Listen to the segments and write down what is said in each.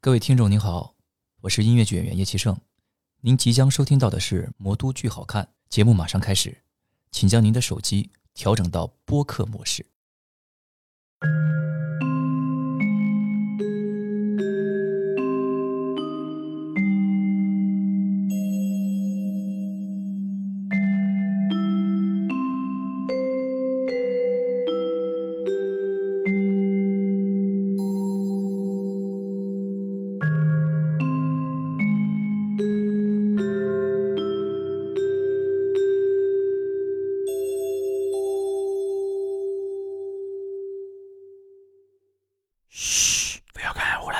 各位听众您好，我是音乐剧演员叶奇胜。您即将收听到的是《魔都剧好看》节目，马上开始，请将您的手机调整到播客模 式。嘘，不要看我了。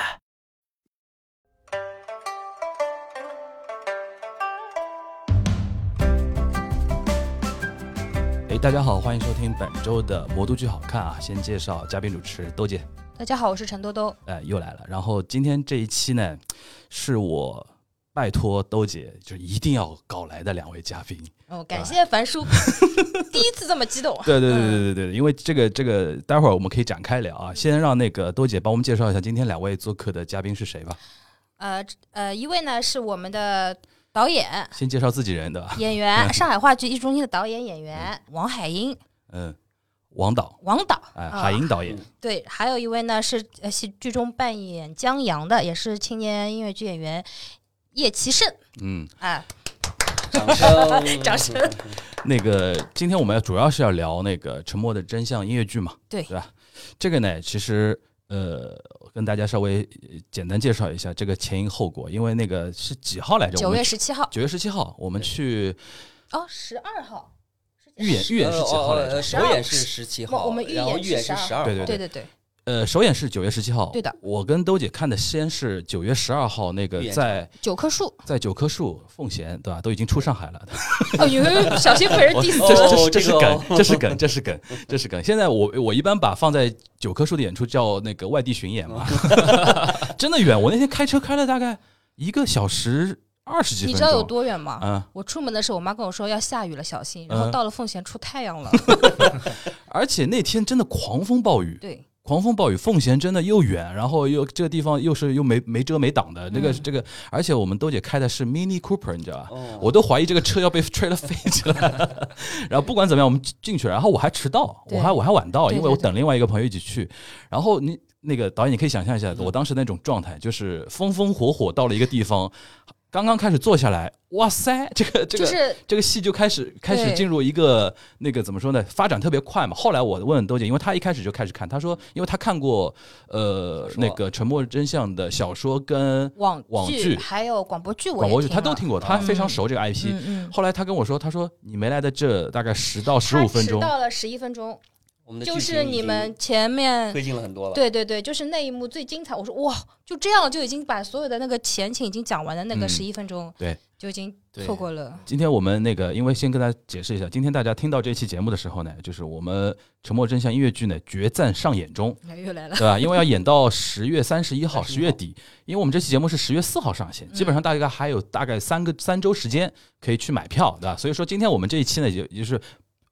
哎，大家好，欢迎收听本周的《魔都剧好看》啊！先介绍嘉宾主持豆姐，大家好，我是陈多多。哎，又来了。然后今天这一期呢，是我拜托豆姐，就一定要搞来的两位嘉宾。哦，感谢 樊叔，第一次这么激动啊！对对对嗯对对 对，因为这个这个，待会儿我们可以展开聊啊。先让那个豆姐帮我们介绍一下今天两位做客的嘉宾是谁吧。呃呃，一位呢是我们的导演、先介绍自己人的，演员，上海话剧艺术中心的导演、演员王海英，嗯，王导，王导。哎，啊海英导演，对，还有一位呢是呃戏剧中扮演江阳的，也是青年音乐剧演员叶奇胜。嗯，哎，掌声，掌声。那个今天我们主要是要聊那个《沉默的真相》音乐剧嘛，对对吧？这个呢，其实呃，跟大家稍微呃简单介绍一下这个前因后果，因为那个是几号来着？九我们月十七号九月十七号，我们去哦，十二号。预演预演是几号来着？首演是哦呃十七号，我们预演然后预演是是12十二号，对对对对对，呃，首演是九月十七号，对的。我跟兜姐看的先是九月十二号那个预演场在九棵树。在九棵树奉贤，对吧？都已经出上海了。哦，有有小心被人 diss 这是哦这是这是这个梗哦，这是梗，这是梗，这是梗。现在我我一般把放在九棵树的演出叫那个外地巡演 嘛，真的远。我那天开车开了大概一个小时二十几分你钟，知道有多远吗？嗯，我出门的时候，我妈跟我说要下雨了，小心。然嗯后到了奉贤出太 阳了，而且那天真的狂风暴雨，对，狂风暴雨，奉贤真的又远，然后又这个地方又是又没没遮没挡的，这个、嗯这个，而且我们豆姐开的是 Mini Cooper，你知道吧？哦我都怀疑这个车要被吹了飞起来。 然后不管怎么样，我们进去了，然后我还迟到，对我还我还晚到，对因为我对对等另外一个朋友一起去。然后你那个导演，你可以想象一下嗯我当时那种状态，就是风风火火到了一个地方，刚刚开始坐下来，哇塞，这个这个。就是这个戏就开始开始对进入一个那个怎么说呢？发展特别快嘛。后来我问豆姐，因为她一开始就开始看，她说，因为她看过呃小说那个《沉默真相》的小说跟网网剧剧还有广播剧我也广播剧，听她都了听过，她非常熟这个 IP。嗯嗯，后来她跟我说，她说你没来的这大概十到十他五分钟迟，到了十一分钟，我们的就剧是情已你经们前面推进了很多了，，对对对，就是那一幕最精彩。我说哇，就这样就已经把所有的那个前情已经讲完了，那个嗯十一分钟，对，就已经对错过了。今天我们那个，因为先跟大家解释一下，今天大家听到这期节目的时候呢，就是我们《沉默真相》音乐剧呢决战上演中，哎又来了，对吧？因为要演到十月三十一号， 31十月底，因为我们这期节目是十月四号上线，基本嗯上大概还有大概三个三周时间可以去买票，对吧？所以说今天我们这一期呢，也也就是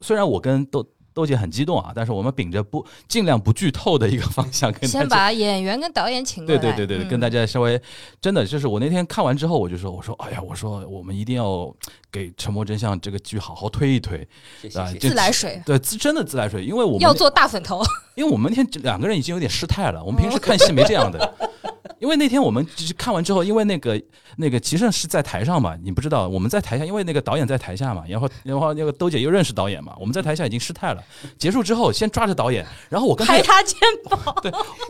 虽然我跟豆豆姐很激动啊，但是我们秉着不尽量不剧透的一个方向跟大先家。把演员跟导演请过对来。对对对，对跟大家家稍微真的就是我那天看完之后，我就说，我说，哎呀，我说我们一定要给《沉默真相》这个剧好好推一 推，谢啊这谢谢谢。嗯自来水对，自真的自来水，因为我们要做哦大粉头，因为我们那天两个人已经有点失态了，我们平时看戏没这样的。 因为那天我们就是看完之后，因为那个那个齐胜是在台上嘛，你不知道我们在台下，因为那个导演在台下嘛，然后然后那个兜姐又认识导演嘛，我们在台下已经失态了。结束之后，先抓着导演，然后我跟他拍他 肩膀。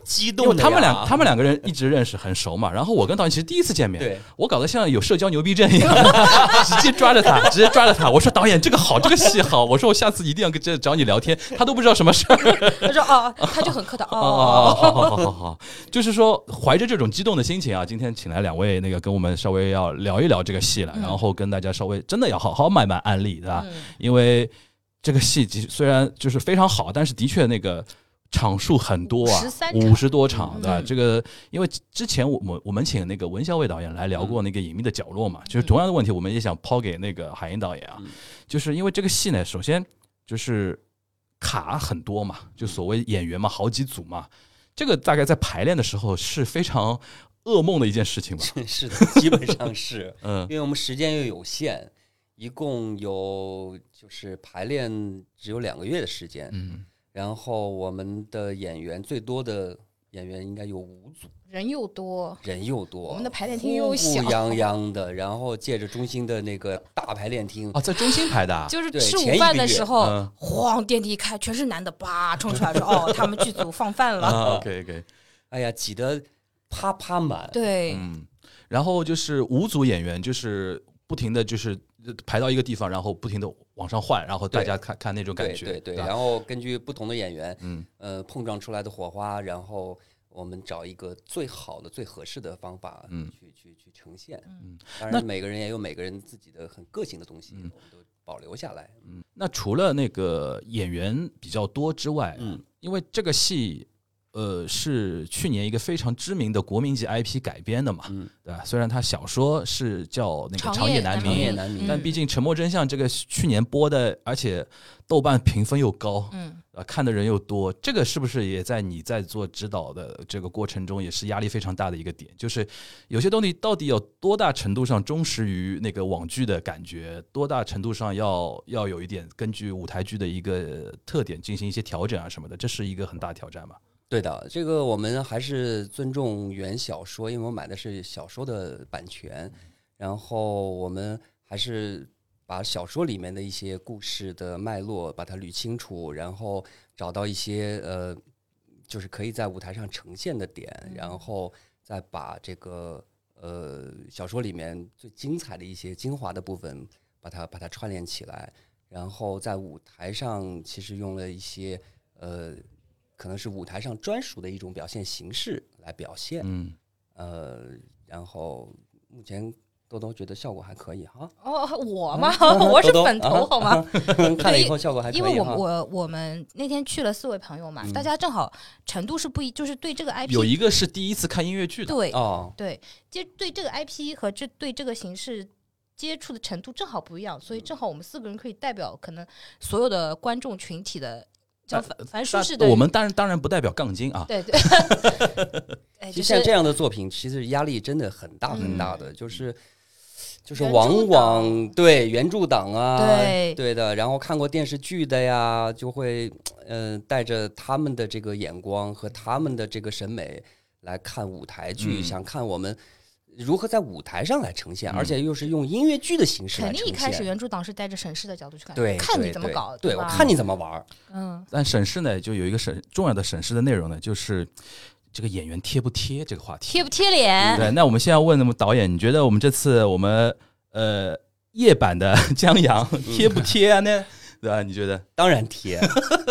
激因为动的呀，他们俩他们两个人一直认识很熟嘛，然后我跟导演其实第一次见面，对我搞得像有社交牛逼症一样， 直接抓着 他，直接抓着他，我说导演这个好，这个戏好，我说我下次一定要跟这找你聊天，他都不知道什么事儿。他说哦，哦他就很客套 哦哦。哦哦，好好好好好，就是说怀着这种激动的心情啊，今天请来两位那个跟我们稍微要聊一聊这个戏了，嗯然后跟大家稍微真的要好好慢慢安利，对吧？嗯因为这个戏其实虽然就是非常好，但是的确那个。场数很多啊53，场五十多场，对吧？嗯这个因为之前我们我们请那个文孝伟导演来聊过那个《隐秘的角落》嘛，就是同样的问题，我们也想抛给那个海英导演啊嗯，就是因为这个戏呢，首先就是卡很多嘛，就所谓演员嘛，好几组嘛，这个大概在排练的时候是非常噩梦的一件事情吧。 是的，基本上是， 嗯因为我们时间又有限，一共有就是排练只有两个月的时间，嗯，然后我们的演员最多的演员应该有五组，人又多，人又多，我们的排练厅又小呼 呼泱泱的，然后借着中心的那个大排练厅，哦，在中心排的啊，就是对吃午前一饭个的月时候嗯，晃电梯一开，全是男的，叭冲出来说：“哦，他们剧组放饭了。啊，OK OK，哎呀，挤得啪啪满”，对，嗯，然后就是五组演员，就是不停的就是排到一个地方，然后不停的往上换，然后大家看看那种感对觉，对对，吧然后根据不同的演员，嗯呃，碰撞出来的火花，然后我们找一个最好的、最合适的方法，嗯去去去呈现。嗯，当那然每个人也有每个人自己的很个性的东西，嗯我们都保留下来。嗯，那除了那个演员比较多之外，嗯，因为这个戏，呃，是去年一个非常知名的国民级 IP 改编的嘛，嗯，对吧？虽然它小说是叫那个《长夜夜难明长夜明》，难嗯明但毕竟《沉默真相》这个去年播的，而且豆瓣评分又高，嗯，呃，看的人又多，这个是不是也在你在做指导的这个过程中，也是压力非常大的一个点？就是有些东西到底有多大程度上忠实于那个网剧的感觉，多大程度上要要有一点根据舞台剧的一个特点进行一些调整啊什么的，这是一个很大挑战吧？对的，这个我们还是尊重原小说，因为我买的是小说的版权，然后我们还是把小说里面的一些故事的脉络把它捋清楚，然后找到一些呃，就是可以在舞台上呈现的点，然后再把这个呃小说里面最精彩的一些精华的部分，把它把它串联起来，然后在舞台上其实用了一些呃。可能是舞台上专属的一种表现形式来表现。嗯，呃，然后目前豆豆觉得效果还可以哈，哦，我 吗？ 我是豆豆粉头好吗？ 嗯看了以后效啊果还可以因哈。为我我我们那天去了四位朋友嘛，嗯大家正好程度是不一，就是对这个 IP 有一个是第一次看音乐剧的，对哦，对，接对这个 IP 和这对这个形式接触的程度正好不一样，所以正好我们四个人可以代表可能所有的观众群体的叫但反反舒但适的我们当然当然不代表杠精啊，对 对，哎，其就实像这是样的作品，其实压力真的很大嗯很大的，就是。就是原著往往党对原著党啊，对的，然后看过电视剧的呀，就会呃带着他们的这个眼光和他们的这个审美来看舞台剧，嗯想看我们如何在舞台上来呈现，嗯而且又是用音乐剧的形式来肯呈定现。一开始原著党是带着审视的角度去看，对，看你对怎么对搞，对我吧？看你怎么玩儿。嗯，但审视呢，就有一个审重要的审视的内容呢，就是这个演员贴不贴这个话题。贴不贴 脸？对，那我们现在问那么导演，你觉得我们这次我们呃夜版的 江阳贴不贴啊？那对吧？你觉 得当然贴，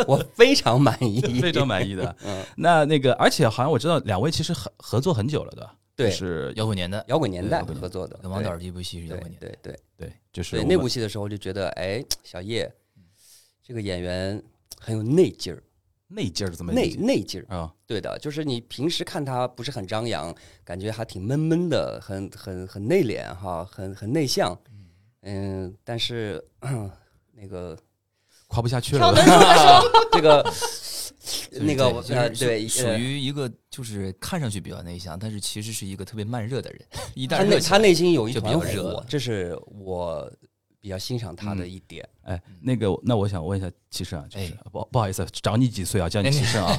我非常满意，。非常满意的嗯，那那个，而且好像我知道两位其实合合作很久了，对吧？对就是摇滚年代摇滚年代对摇滚合作的，跟王导这部戏是摇对滚对年代，对对对，就是对，我那们部戏的时候就觉得，哎，小叶这个演员很有内劲儿，内劲儿怎么内理解内劲儿，啊？对的，就是你平时看他不是很张扬，感觉还挺闷闷的，很很很内敛哈，很很内向，嗯，但是 那个夸不下去 挑了能。说的说，这个就是那个我这呃就是对属呃于一个就是看上去比较内向，但是其实是一个特别慢热的 人，一他旦内热起他来内心有一就比团较热火了，这是我比较欣赏他的一点。 哎，那个，那我想问一下齐胜啊，就是哎不不好意思，长你几岁啊？叫你齐哎胜 啊。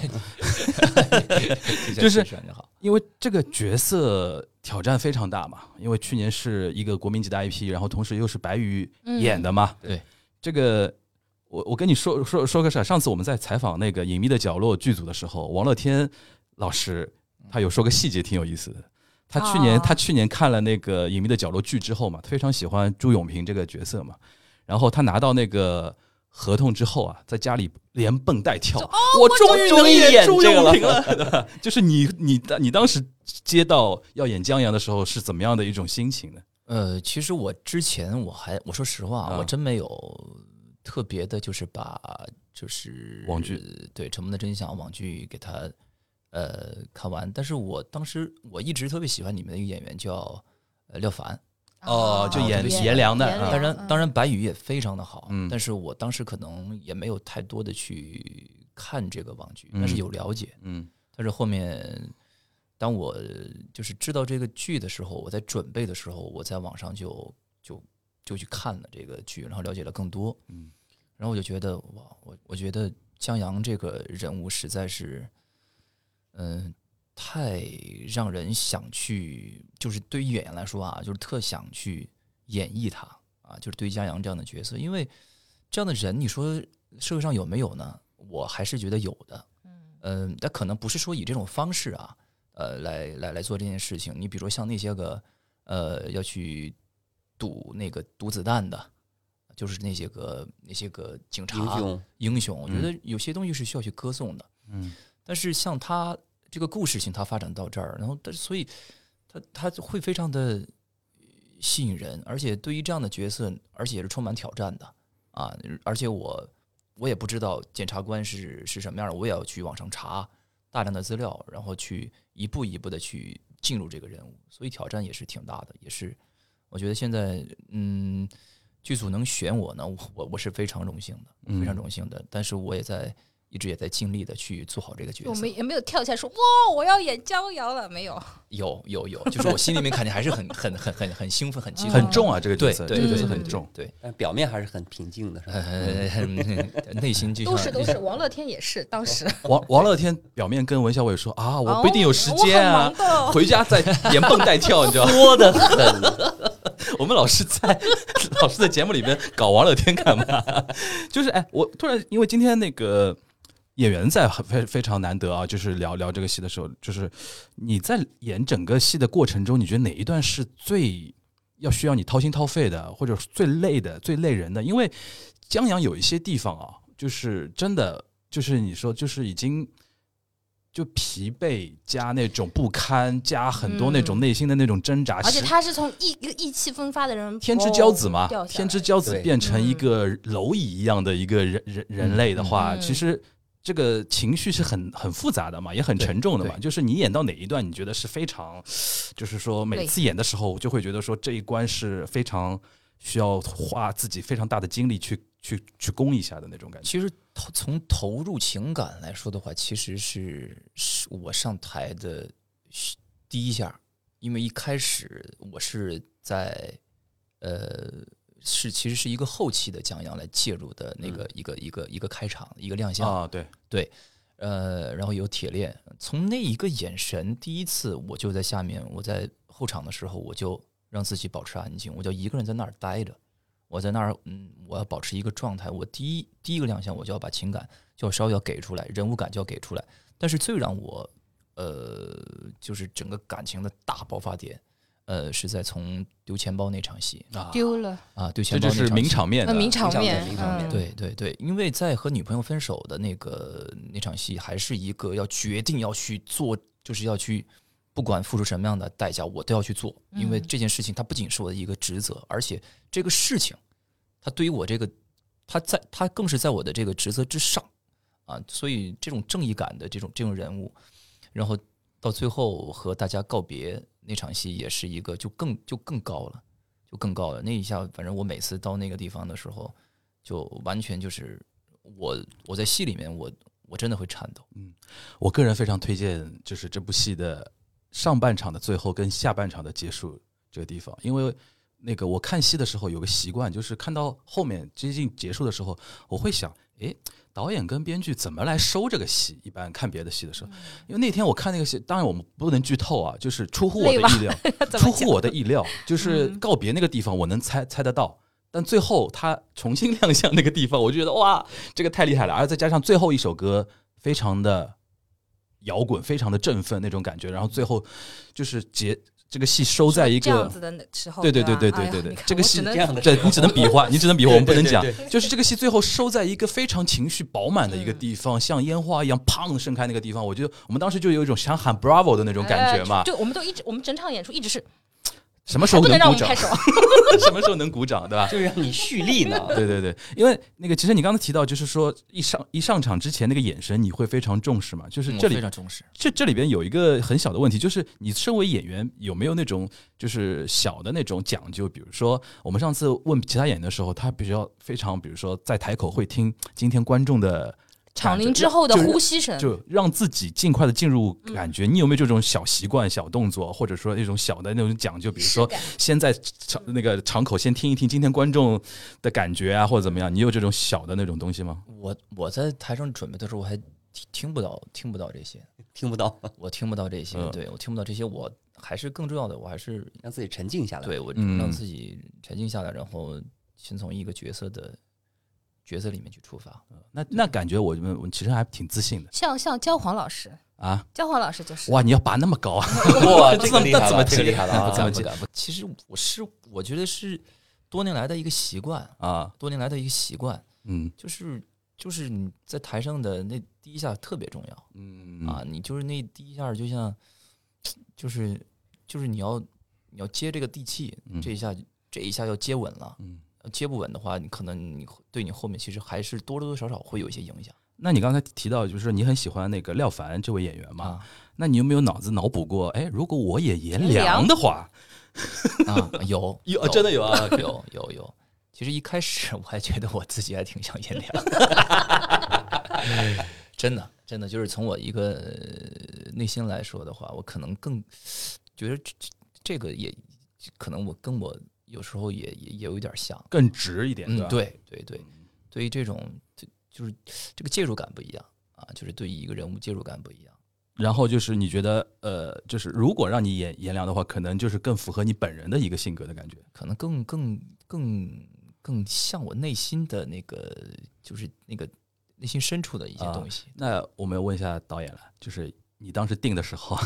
就是你好，因为这个角色挑战非常大嘛，因为去年是一个国民级的 IP，然后同时又是白宇演的嘛。嗯对，这个我我跟你说说说个事儿，上次我们在采访那个《隐秘的角落》剧组的时候，王乐天老师他有说个细节挺有意思的。他去年、哦他去年看了那个《隐秘的角落》剧之后嘛，他非常喜欢朱永平这个角色嘛，然后他拿到那个。合同之后啊，在家里连蹦带跳，我终于终能于演演朱这个永了平了， 就是你你当你当时接到要演江阳的时候是怎么样的一种心情呢？呃，其实我之前我还我说实话啊，啊我真没有特别的，就是把就是网剧对《沉默的真相》啊网剧给它呃看完，但是我当时我一直特别喜欢里面的一个演员叫呃廖凡，哦就啊演演颜良的颜啊良当然，当嗯然白宇也非常的好，嗯但是我当时可能也没有太多的去看这个网剧，嗯但是有了解，嗯但是后面当我呃就是知道这个剧的时候，我在准备的时候，我在网上就就就去看了这个剧，然后了解了更多。嗯，然后我就觉得哇，我我觉得江阳这个人物实在是，嗯、太让人想去，就是对于演员来说啊，就是特想去演绎他啊，就是对于江阳这样的角色，因为这样的人，你说社会上有没有呢？我还是觉得有的。嗯，但可能不是说以这种方式啊，呃，来来来做这件事情。你比如说像那些个呃要去赌那个赌子弹的，就是那些个那些个警察英雄，英雄，我觉嗯得有些东西是需要去歌颂的。嗯，但是像他这个故事性，它发展到这儿，然后但是所以他他会非常的吸引人，而且对于这样的角色，而且也是充满挑战的啊！而且我我也不知道检察官是是什么样的，我也要去网上查大量的资料，然后去一步一步的去进入这个人物，所以挑战也是挺大的，也是我觉得现在嗯。剧组能选我呢，我我我是非常荣幸的，非常嗯荣幸的。但是我也在一直也在尽力的去做好这个角色。嗯我们也没有跳起来说哇，我要演江阳了，没有。有有有，就是我心里面肯定还是很很很很很兴奋，很激动，很重啊，这个角对色，对这个对角色对很对重。对，但表面还是很平静的，是吧？呃，内心就像都是都是，王乐天也是，当时王王乐天表面跟文小伟说啊，哦我不一定有时间啊哦，我很忙的回家再连蹦带跳，你知道吗？多的很， 我们老师在老师的节目里边搞王乐天干嘛？就是哎，我突然因为今天那个演员在很非非常难得啊，就是聊聊这个戏的时候，就是你在演整个戏的过程中，你觉得哪一段是最要需要你掏心掏肺的，或者最累的、最累人的？因为江阳有一些地方啊，就是真的，就是你说，就是已经。就疲惫加那种不堪，加很多那种嗯内心的那种挣扎，而且实他是从意一个意气风发的人，天之骄子嘛哦掉，下来天之骄子对变成一个蝼蚁一样的一个人人人类的话，嗯其实这个情绪是很很复杂的嘛，也很沉重的嘛。对就是你演到哪一段，你觉得是非常，就是说每次演的时候，我就会觉得说这一关是非常需要花自己非常大的精力去去去攻一下的那种感觉。其实投从投入情感来说的话，其实是是我上台的第一下，因为一开始我是在呃是其实是一个后期的江阳来介入的嗯那个一个一个一个开场一个亮相啊，对，呃，然后有铁链，从那一个眼神，第一次我就在下面，我在后场的时候，我就让自己保持安静，我就一个人在那儿待着，我在那儿，嗯，我要保持一个状态，我第一第一个亮相，我就要把情感就要稍微要给出来，人物感就要给出来，但是最让我呃，就是整个感情的大爆发点，呃，是在从丢钱包那场戏啊，丢了，啊，丢钱这包那就是场名戏场面的呃，名场场面面，名场嗯， 面对对对，因为在和女朋友分手的那个那场戏，还是一个要决定要去做，就是要去不管付出什么样的代价，我都要去做，因为嗯这件事情它不仅是我的一个职责，而且这个事情它对于我这个，它在它更是在我的这个职责之上啊，所以这种正义感的这种这种人物，然后到最后和大家告别那场戏，也是一个就更就更高了。就更高了，那一下，反正我每次到那个地方的时候，就完全就是我我在戏里面我我真的会颤抖。我个人非常推荐，就是这部戏的上半场的最后跟下半场的结束这个地方，因为那个我看戏的时候有个习惯，就是看到后面接近结束的时候，我会想，诶，导演跟编剧怎么来收这个戏？一般看别的戏的时嗯候，因为那天我看那个戏，当然我们不能剧透啊，就是出乎我的累吧意料，怎出么乎讲？我的意 料，就是嗯告别那个地方，我能猜猜得到。但最后他重新亮相那个地方，我就觉得哇，这个太厉害了！而再加上最后一首歌非常的摇滚，非常的振奋那种感觉，然后最后就是结这个戏收在一这样个子的时候，对对对对对吧对哎呀对对你看这个我戏只能这样的这你只能比划，你只能比划，我们不能讲对。就是这个戏最后收在一个非常情绪饱满的一个地方，像烟花一样砰盛开那个地方，我就我们当时就有一种想喊 bravo 的那种感觉嘛哎。就我们都一直，我们整场演出一直是什么时还候不能让鼓掌我们拍？手， 什么时候能鼓掌，对吧？ 就是让你蓄力 呢。对对对，因为那个，其实你刚才提到，就是说一上一上场之前那个眼神，你会非常重视嘛？就是嗯这我里非常重视，这这里边有一个很小的问题，就是你身为演员有没有那种就是小的那种讲究？比如说我们上次问其他演员的时候，他比较非常，比如说在台口会听今天观众的长就宁之后的就是呼吸嗯声，就让自己尽快的进入感觉。你有没有这种小习惯、小动作，或者说一种小的那种讲究？比如说，先在场那个场口先听一听今天观众的感觉啊，或者怎么样？你有这种小的那种东西吗？我我在台上准备的时候，我还听听不到听不到这 些， 听不到，我听不到这些，嗯对我听不到这些，我还是更重要的，我还是让自己沉静下来。对我嗯让自己沉静下来，然后先从一个角色的角色里面去出发。那那感觉我们我其实还挺自信的像像焦黄老师，啊！焦黄老师就是哇，你要拔那么高啊！ 哇，这个厉害那怎么了，这个接厉害了不怎啊！么不接敢不，其实我是我觉得是多年来的一个习惯，啊，多年来的一个习惯，嗯就是就是你在台上的那第一下特别重要。嗯啊，，你就是那第一下儿就像，就是就是你要你要接这个地气，嗯这一下这一下要接稳了，嗯。接不稳的话，你可能你后对你后面其实还是多多少少会有一些影响那你刚才提到，就是你很喜欢那个廖凡这位演员嘛？啊那你有没有脑子脑补过？哎，如果我也颜良的话， 啊，有 有真的有啊有有有。其实一开始我还觉得我自己还挺像颜良，真的真的就是从我一个呃内心来说的话，我可能更觉得这这个也可能我跟我有时候也也也有一点儿像。更直一点，嗯吧，？对对对，对于这种就就是这个介入感不一样啊，就是对于一个人物介入感不一样。然后就是你觉得，呃，就是如果让你演颜良的话，可能就是更符合你本人的一个性格的感觉。可能更更更更像我内心的那个，就是那个内心深处的一些啊东西。那我们要问一下导演了，就是你当时定的时候，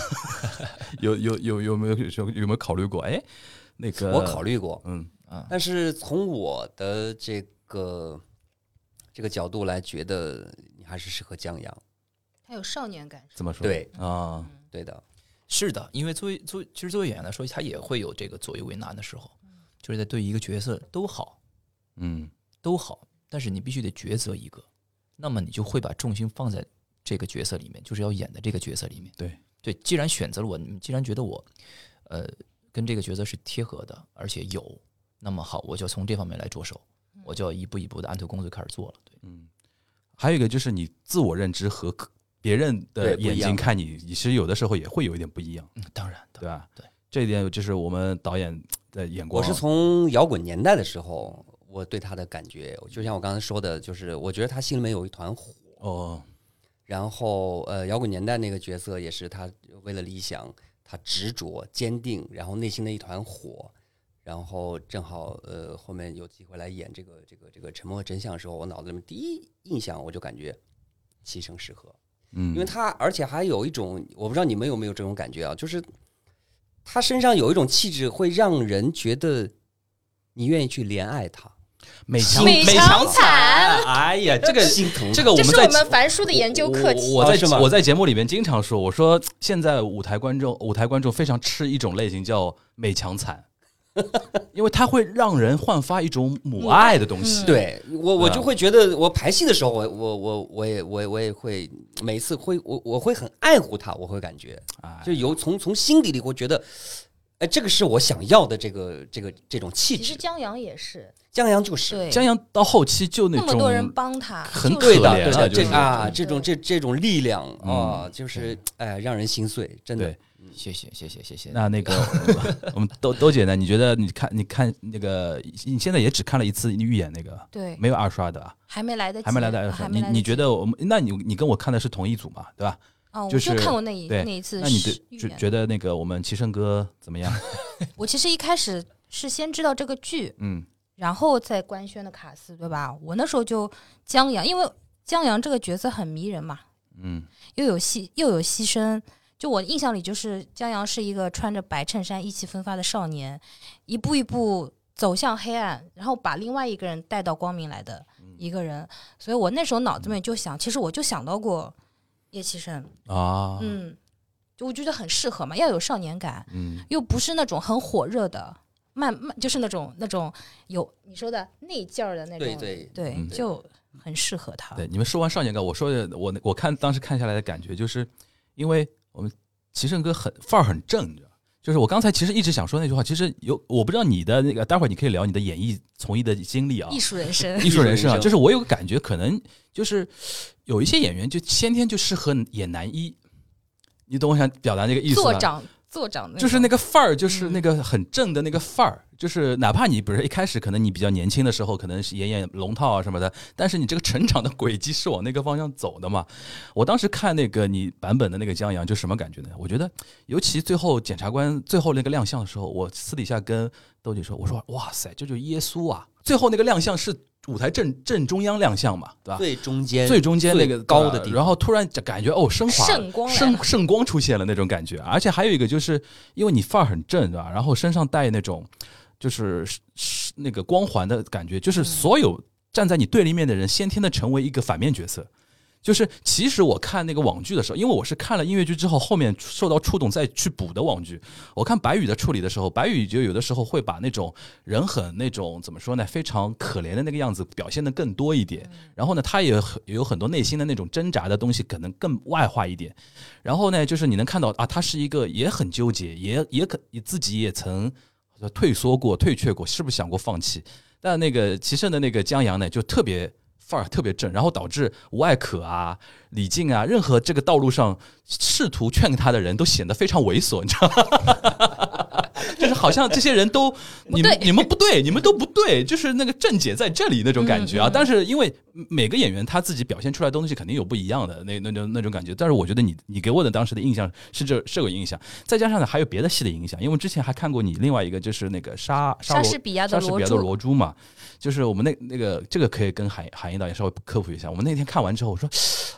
有有有有没有有有没有考虑过？哎，那个我考，虑过，嗯但是从我的这个这个角度来，觉得你还是适合江阳。他有少年感，怎么说？对啊，对的，是的，因为作为作为其实作为演员来说，他也会有这个左右为难的时候，就是在对一个角色都好嗯都好，但是你必须得抉择一个，那么你就会把重心放在这个角色里面，就是要演的这个角色里面。对对，既然选择了我，你们既然觉得我，呃，跟这个角色是贴合的，而且有，那么好，我就从这方面来着手，我就要一步一步的按图工作开始做了。对，嗯。还有一个就是你自我认知和别人的对不一眼睛样看你，其实有的时候也会有一点不一样。嗯，当然，对吧？对，这一点就是我们导演的眼光。我是从摇滚年代的时候，我对他的感觉，就像我刚才说的，就是我觉得他心里面有一团火。哦，然后呃，摇滚年代那个角色也是他为了理想，他执着、坚定，然后内心的一团火。然后正好呃，后面有机会来演这个这个这个《沉默的真相》的时候，我脑子里面第一印象我就感觉牺牲适合，嗯，因为他而且还有一种我不知道你们有没有这种感觉啊，就是他身上有一种气质，会让人觉得你愿意去怜爱他，美强美强强惨， 哎呀，这个心疼这个我这们是在我们樊叔的研究课题。我啊是在吗我在节目里面经常说，我说现在舞台观众舞台观众非常吃一种类型叫美强 惨，因为它会让人焕发一种母爱的东西。嗯对我，我对就会觉得我排戏的时候，我我我我也我也我也会每次会我我会很爱护他，我会感觉哎就由从从心底里会觉得，哎，这个是我想要的这个这个这种气其实质。江阳也是，江阳就是对，江阳到后期就那那么多人种帮他，很就是对的，可怜对啊的，就是这啊嗯这种这这种力量啊，嗯就是哎让人心碎，真的对。谢谢，谢谢，谢谢。那那个，我们兜兜姐呢？你觉得你看你看那个，你现在也只看了一次预演那个，对，没有二刷的啊？还没来得及，还没来得还没你来得你及觉得我们？那你你跟我看的是同一组嘛，对吧？哦，我就就是看过那一对那一次那你是对预觉言觉得那个我们齐胜哥怎么样？我其实一开始是先知道这个剧，嗯然后再官宣的卡斯，对吧？我那时候就江阳，因为江阳这个角色很迷人嘛，嗯又有牺又有牺牲。就我印象里，就是江阳是一个穿着白衬衫意气风发的少年，一步一步走向黑暗，然后把另外一个人带到光明来的一个人。所以我那时候脑子里面就想，其实我就想到过叶启生，啊嗯，就我觉得很适合嘛，要有少年感。嗯又不是那种很火热的，慢慢就是那种那种有你说的内劲儿的那种，对对对嗯就很适合他。对，你们说完少年感，我说的我我看当时看下来的感觉就是，因为我们齐胜哥很范儿很正，你知道吗，就是我刚才其实一直想说那句话，其实有我不知道你的那个，待会儿你可以聊你的演艺从艺的经历啊，艺术人生艺术人生啊，艺术人生就是我有个感觉，可能就是有一些演员就先天就适合演男一，你懂我想表达那个意思坐吧？长坐长那啊就是种那个范儿，就是嗯那个很正的那个范儿，就是哪怕你比如说一开始可能你比较年轻的时候，可能是演演龙套啊什么的，但是你这个成长的轨迹是往那个方向走的嘛。我当时看那个你版本的那个江阳，就什么感觉呢？我觉得，尤其最后检察官最后那个亮相的时候，我私底下跟豆姐说，我说哇塞，这就是耶稣啊！最后那个亮相是舞台正正中央亮相嘛，对吧？最中间最中间那个最高的地地方，然后突然就感觉哦，升华了圣光来圣了圣光出现了那种感觉，而且还有一个就是因为你范儿很正，对吧？然后身上带那种就是是那个光环的感觉，就是嗯所有站在你对立面的人先天的成为一个反面角色。就是其实我看那个网剧的时候，因为我是看了音乐剧之后，后面受到触动再去补的网剧。我看白宇的处理的时候，白宇就有的时候会把那种人很那种怎么说呢，非常可怜的那个样子表现的更多一点。然后呢，他也很也有很多内心的那种挣扎的东西，可能更外化一点。然后呢，就是你能看到啊，他是一个也很纠结，也也可也自己也曾退缩过、退却过，是不是想过放弃？但那个齐胜的那个江阳呢，就特别范儿特别正，然后导致吴艾可啊、李静啊，任何这个道路上试图劝他的人都显得非常猥琐，你知道吗？ 就是好像这些人都你们对你们不对，你们都不对，就是那个正解在这里那种感觉啊。嗯嗯但是因为每个演员他自己表现出来的东西肯定有不一样的那那种那种感觉，但是我觉得你你给我的当时的印象是这这个印象，再加上呢还有别的戏的影响，因为之前还看过你另外一个就是那个莎莎莎罗士比亚莎的士比罗亚的珠，罗珠嘛，就是我们那那个这个可以跟韩韩英导演稍微科普一下。我们那天看完之后，我说，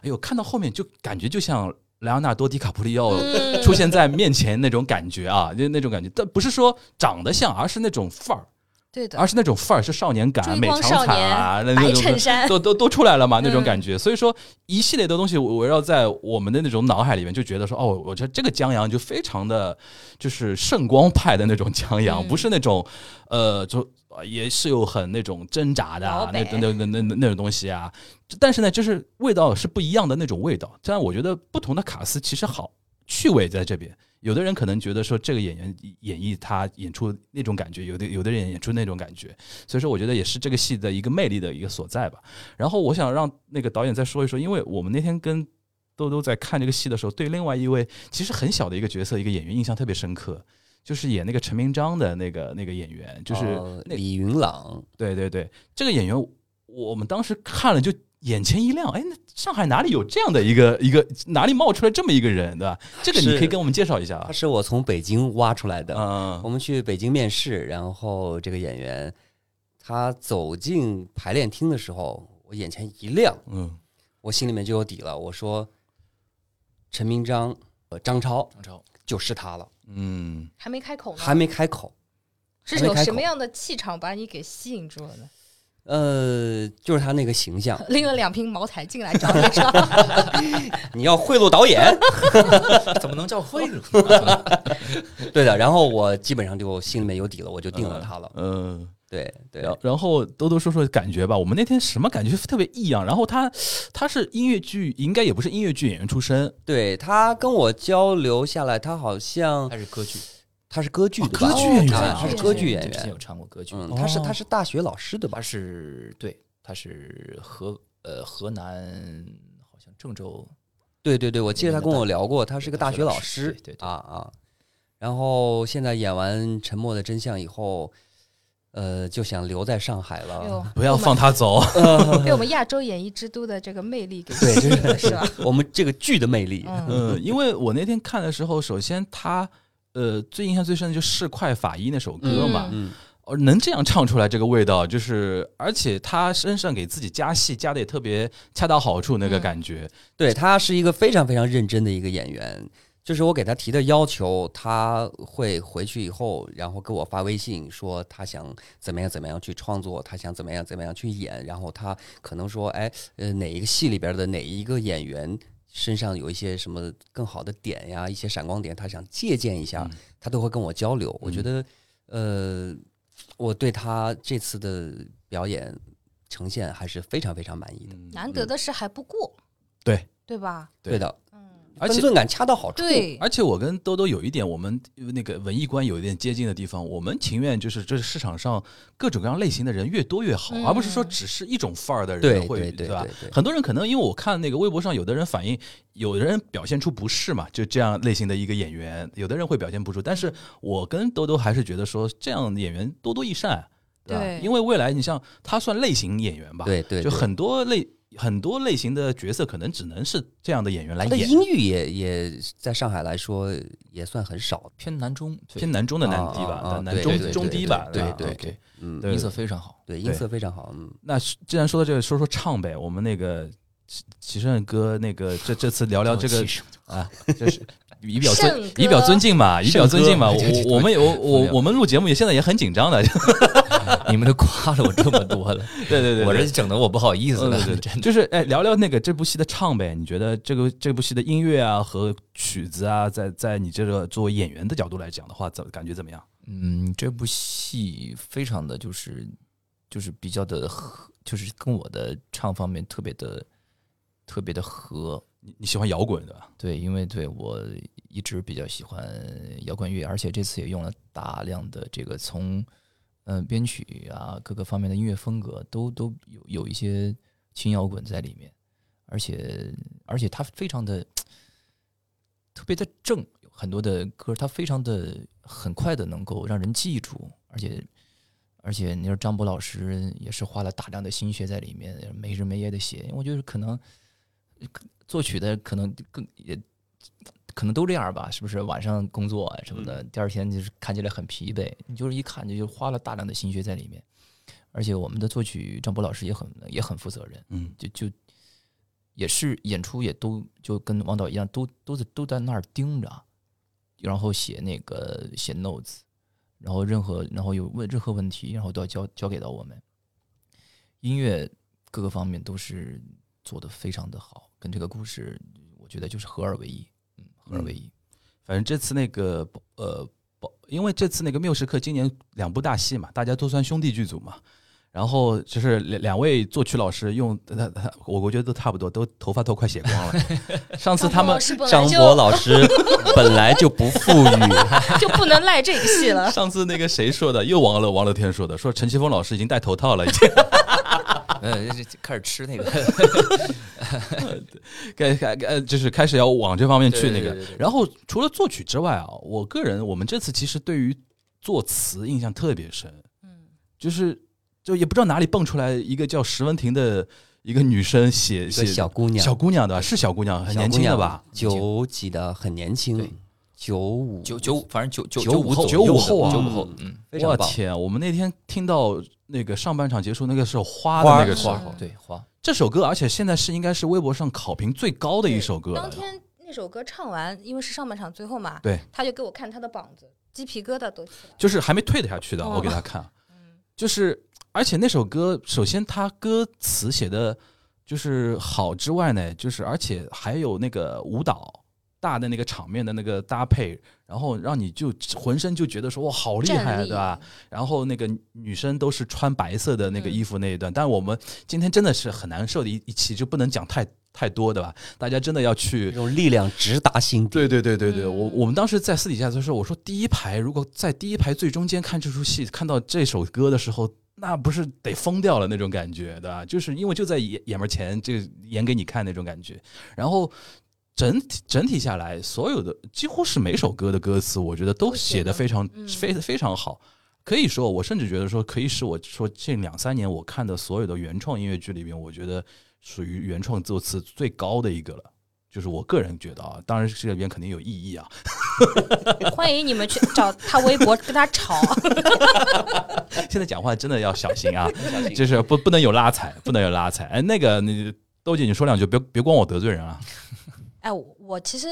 哎呦，看到后面就感觉就像莱昂纳多·迪卡普里奥嗯出现在面前那种感觉啊，就那种感觉，但不是说长得像，而是那种范儿，对的，而是那种范儿是少年感、美追光长少惨啊，那年那白种衬 衫，都都都出来了嘛，那种嗯感觉。所以说，一系列的东西围绕在我们的那种脑海里面，就觉得说，哦，我觉得这个江阳就非常的，就是圣光派的那种江阳，嗯不是那种，呃，就呃也是有很那种挣扎的、啊老，那北那那那那那种东西啊。但是呢，就是味道是不一样的那种味道。但我觉得不同的卡斯其实好趣味在这边。有的人可能觉得说这个演员演绎他演出那种感觉，有的有的人演出那种感觉，所以说我觉得也是这个戏的一个魅力的一个所在吧。然后我想让那个导演再说一说，因为我们那天跟豆豆在看这个戏的时候，对另外一位其实很小的一个角色，一个演员印象特别深刻，就是演那个陈明章的那个那个演员，就是呃那、李云朗，对对对，这个演员我们当时看了就眼前一亮，哎，那上海哪里有这样的一个一个哪里冒出来这么一个人，对吧？这个你是可以跟我们介绍一下他啊。是我从北京挖出来的。我嗯们去北京面试，然后这个演员他走进排练厅的时候，我眼前一亮，嗯我心里面就有底了。我说，陈明章、呃张超张超，就是他了，嗯，还没开口呢，还没开口。是还没有开什么口样的气场把你给吸引住了呢？呃，就是他那个形象，拎了两瓶茅台进来找你是吧？你要贿赂导演，怎么能叫贿 赂？对的。然后我基本上就心里面有底了，我就定了他了。嗯。对对，然然后多多说说感觉吧，我们那天什么感觉特别异样？然后他他是音乐剧，应该也不是音乐剧演员出身，对他跟我交流下来，他好像还是歌剧？他是歌剧哦对吧？歌剧演员啊 他是歌剧演哦对之前员有，唱过歌剧，嗯，他是哦他是大学老师对吧他？是对，他是河呃河南好像郑州，对对对，我记得他跟我聊过，他是个大学老大学师，老师对对对啊啊。然后现在演完《沉默的真相》以后，呃，就想留在上海了。 不要放他，他走。被我们亚洲演艺之都的这个魅力给对吸引了这是是吧？我们这个剧的魅力，嗯，嗯，因为我那天看的时候，首先他呃最印象最深的就是《市侩法医》那首歌嘛，嗯，哦，能这样唱出来这个味道，就是而且他身上给自己加戏加的也特别恰到好处，那个感觉。对他是一个非常非常认真的一个演员。就是我给他提的要求，他会回去以后，然后给我发微信说他想怎么样怎么样去创作，他想怎么样怎么样去演，然后他可能说，哎，呃，哪一个戏里边的哪一个演员身上有一些什么更好的点呀，一些闪光点，他想借鉴一下，嗯他都会跟我交流。我觉得，呃，我对他这次的表演呈现还是非常非常满意的。嗯难得的是还不过，对对吧？对对的，嗯，而分且寸感恰到好处。对，而且我跟兜兜有一点，我们那个文艺观有一点接近的地方，我们情愿就是这市场上各种各样类型的人越多越好，嗯而不是说只是一种范儿的对人会对对吧？对对很多人可能因为我看那个微博上，有的人反映，有的人表现出不适嘛，就这样类型的一个演员，有的人会表现不出。但是我跟兜兜还是觉得说，这样的演员多多益善，吧？对因为未来你像他算类型演员吧，对对，就对很多类很多类型的角色可能只能是这样的演员来那演。英语也也在上海来说也算很少，偏南中，对偏南中的南低吧，啊啊啊南对中对对中低吧，对吧对 OK 嗯，对啊音色非常好。对，音色非常好，嗯，那是既然说到这个，说说唱呗，我们那个齐齐胜哥，那个这这次聊聊这个其实啊，这是以表胜尊哥以表尊敬嘛，以表尊敬嘛。胜哥对对对我我们有我我们录节目也现在也很紧张的，对 你们都夸了我这么多 了，对对 对，我这整的我不好意思嗯了对对，真对，的。就是哎，聊聊那个这部戏的唱呗，你觉得这个这部戏的音乐啊和曲子啊，在在你这个作为演员的角度来讲的话，怎感觉怎么样？嗯，这部戏非常的就是就是比较的合，就是跟我的唱方面特别的特别的合。你你喜欢摇滚对吧？对，因为对我一直比较喜欢摇滚乐，而且这次也用了大量的这个从嗯、呃编曲啊各个方面的音乐风格都都有有一些轻摇滚在里面，而且而且它非常的特别的正，有很多的歌它非常的很快的能够让人记住，而且。而且你说张博老师也是花了大量的心血在里面，没日没夜的写。我觉得可能作曲的可能更也可能都这样吧，是不是？晚上工作啊什么的，第二天就是看起来很疲惫，你就是一看就就花了大量的心血在里面。而且我们的作曲张博老师也很也很负责任，嗯，就就也是演出也都就跟王导一样，都都在都在那儿盯着，然后写那个写 notes，然后任何然后有问任何问题，然后都要交交给到我们。音乐各个方面都是做的非常的好，跟这个故事我觉得就是合二为一，嗯，合二为一。反正这次那个呃，不，因为这次那个《缪时刻》今年两部大戏嘛，大家都算兄弟剧组嘛。然后就是两两位作曲老师用，他他我我觉得都差不多，都头发都快写光 了。 上次他们张博老 师本来就不富裕，就不能赖这个戏 了。上次那个谁说的，又王了王乐天说的，说陈奇峰老师已经戴头套了，已 经呃，这这开始吃那个，该该该就是开始要往这方面去那对对个对对。对然后除了作曲之外啊，我个人我们这次其实对于作词印象特别深，嗯，就是就也不知道哪里蹦出来一个叫石文婷的一个女生写一写个小姑娘，小姑娘的，是小姑娘，很小年姑轻的娘吧？九几的，很年对轻，九五九九五，反正九九九五五后，九五五后啊九五后，嗯，非我常棒。天！我们那天听到那个上半场结束那个是啊花的花那儿个嗯时候花儿对花，这首歌，而且现在是应该是微博上考评最高的一首歌当了。天那首歌唱完，因为是上半场最后嘛，对，他就给我看他的膀子，鸡皮疙瘩都起来了。就是还没退得下去的，哦我给他看， 嗯就是而且那首歌，首先它歌词写的就是好之外呢，就是而且还有那个舞蹈大的那个场面的那个搭配，然后让你就浑身就觉得说哇好厉战害，啊力对吧？然后那个女生都是穿白色的那个衣服那一段，但我们今天真的是很难受的一一期，就不能讲太太多，对吧？大家真的要去这种力量直达心底，对对对对对，嗯我我们当时在私底下的时候，我说第一排如果在第一排最中间看这出戏，看到这首歌的时候，那不是得疯掉了那种感觉，对吧？就是因为就在眼眼门前，这个演给你看那种感觉。然后整体整体下来，所有的几乎是每首歌的歌词，我觉得都都写写的得非常嗯非非常好。可以说，我甚至觉得说，可以是我说近两三年我看的所有的原创音乐剧里面，我觉得属于原创作词最高的一个了。就是我个人觉得啊，当然这里边肯定有异议啊， 欢迎你们去找他微博跟他吵。现在讲话真的要小心啊，对就是不不能有拉踩，不能有拉踩。哎，那个你豆姐，你说两句，别别光我得罪人啊。哎，我我其实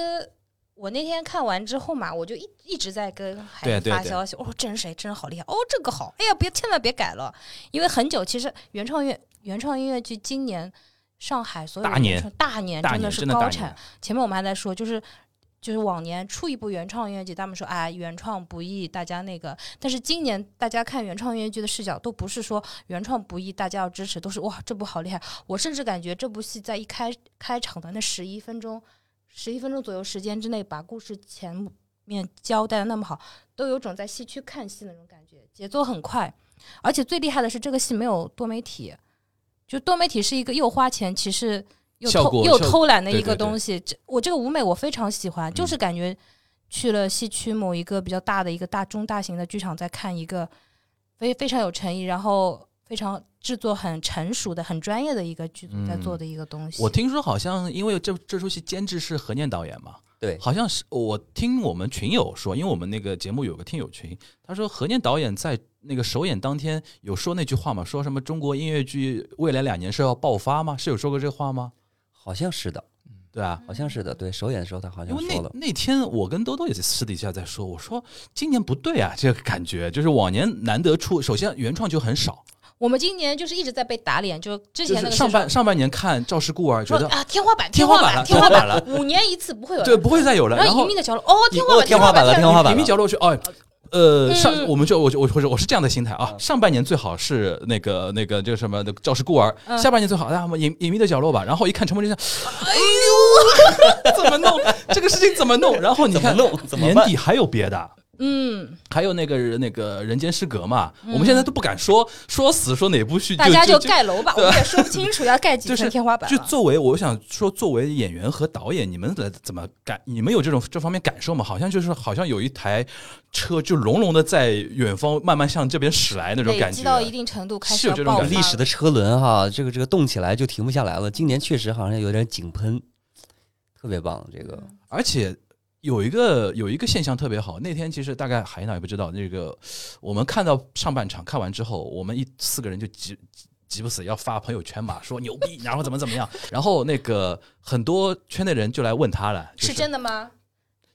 我那天看完之后嘛，我就一一直在跟对啊孩子对发对消息，哦，这是谁？真好厉害！哦，这个好！哎呀，别千万别改了，因为很久其实原创乐原创音乐剧今年上海所有大的年原创大年大哎真年是真的大高年产。前面我们还在说，就是。就是往年出一部原创音乐剧，他们说哎原创不易，大家那个。但是今年大家看原创音乐剧的视角，都不是说原创不易，大家要支持，都是哇这部好厉害。我甚至感觉这部戏在一开开场的那十一分钟十一分钟左右时间之内把故事前面交代的那么好，都有种在戏区看戏那种感觉，节奏很快，而且最厉害的是这个戏没有多媒体，就多媒体是一个又花钱，其实又效偷果又效偷懒的对一个对对嗯东西。这我这个舞美我非常喜欢，就是感觉去了西区某一个比较大的一个大中大型的剧场，在看一个非非常有诚意，然后非常制作很成熟的、很专业的一个剧组在嗯做的一个东西。我听说好像因为这这出戏监制是何念导演嘛，对，好像是我听我们群友说，因为我们那个节目有个听友群，他说何念导演在那个首演当天有说那句话嘛，说什么中国音乐剧未来两年是要爆发吗？是有说过这话吗？好像是的，对啊，好像是的，对，首演的时候他好因像为说了那，那天我跟兜兜也在私底下在说，我说今年不对啊，这个感觉就是往年难得出，首先原创就很少，我们今年就是一直在被打脸，就之就前那是个上是说半上半年看《赵氏孤儿》觉说得啊天花板天花花板了，板天天花板了，五年一次不会有对，人。不会再有了。然然后后移民的角落哦天花哦板天花花板了天天花板平民角落去，哦，呃，嗯上我们就我就我我我是这样的心态啊，上半年最好是那个那个叫什么《赵氏孤儿》，嗯下半年最好啊，我们隐隐秘的角落吧。然后一看陈柏霖，哎呦，怎 么弄？这个事情怎么弄？然后你看年底还有别的。嗯，还有那个那个人间失格嘛，我们现在都不敢说说死说哪部剧，大家就就盖楼吧，我们也说不清楚要盖几就是层天花板就了。作为我想说，作为演员和导演，你们来怎么感？你们有这种这方面感受吗？好像就是好像有一台车就隆隆的在远方慢慢向这边驶来那种累感觉。积到一定程度开是始有要这种爆感发觉历史的车轮哈，这个这个动起来就停不下来了。今年确实好像有点井喷，特别棒，这个而且有一个有一个现象特别好，那天其实大概海导也不知道，那个我们看到上半场看完之后，我们一四个人就急。急急不死要发朋友圈嘛，说牛逼，然后怎么怎么样，然后那个很多圈内人就来问他了，就是是真的吗？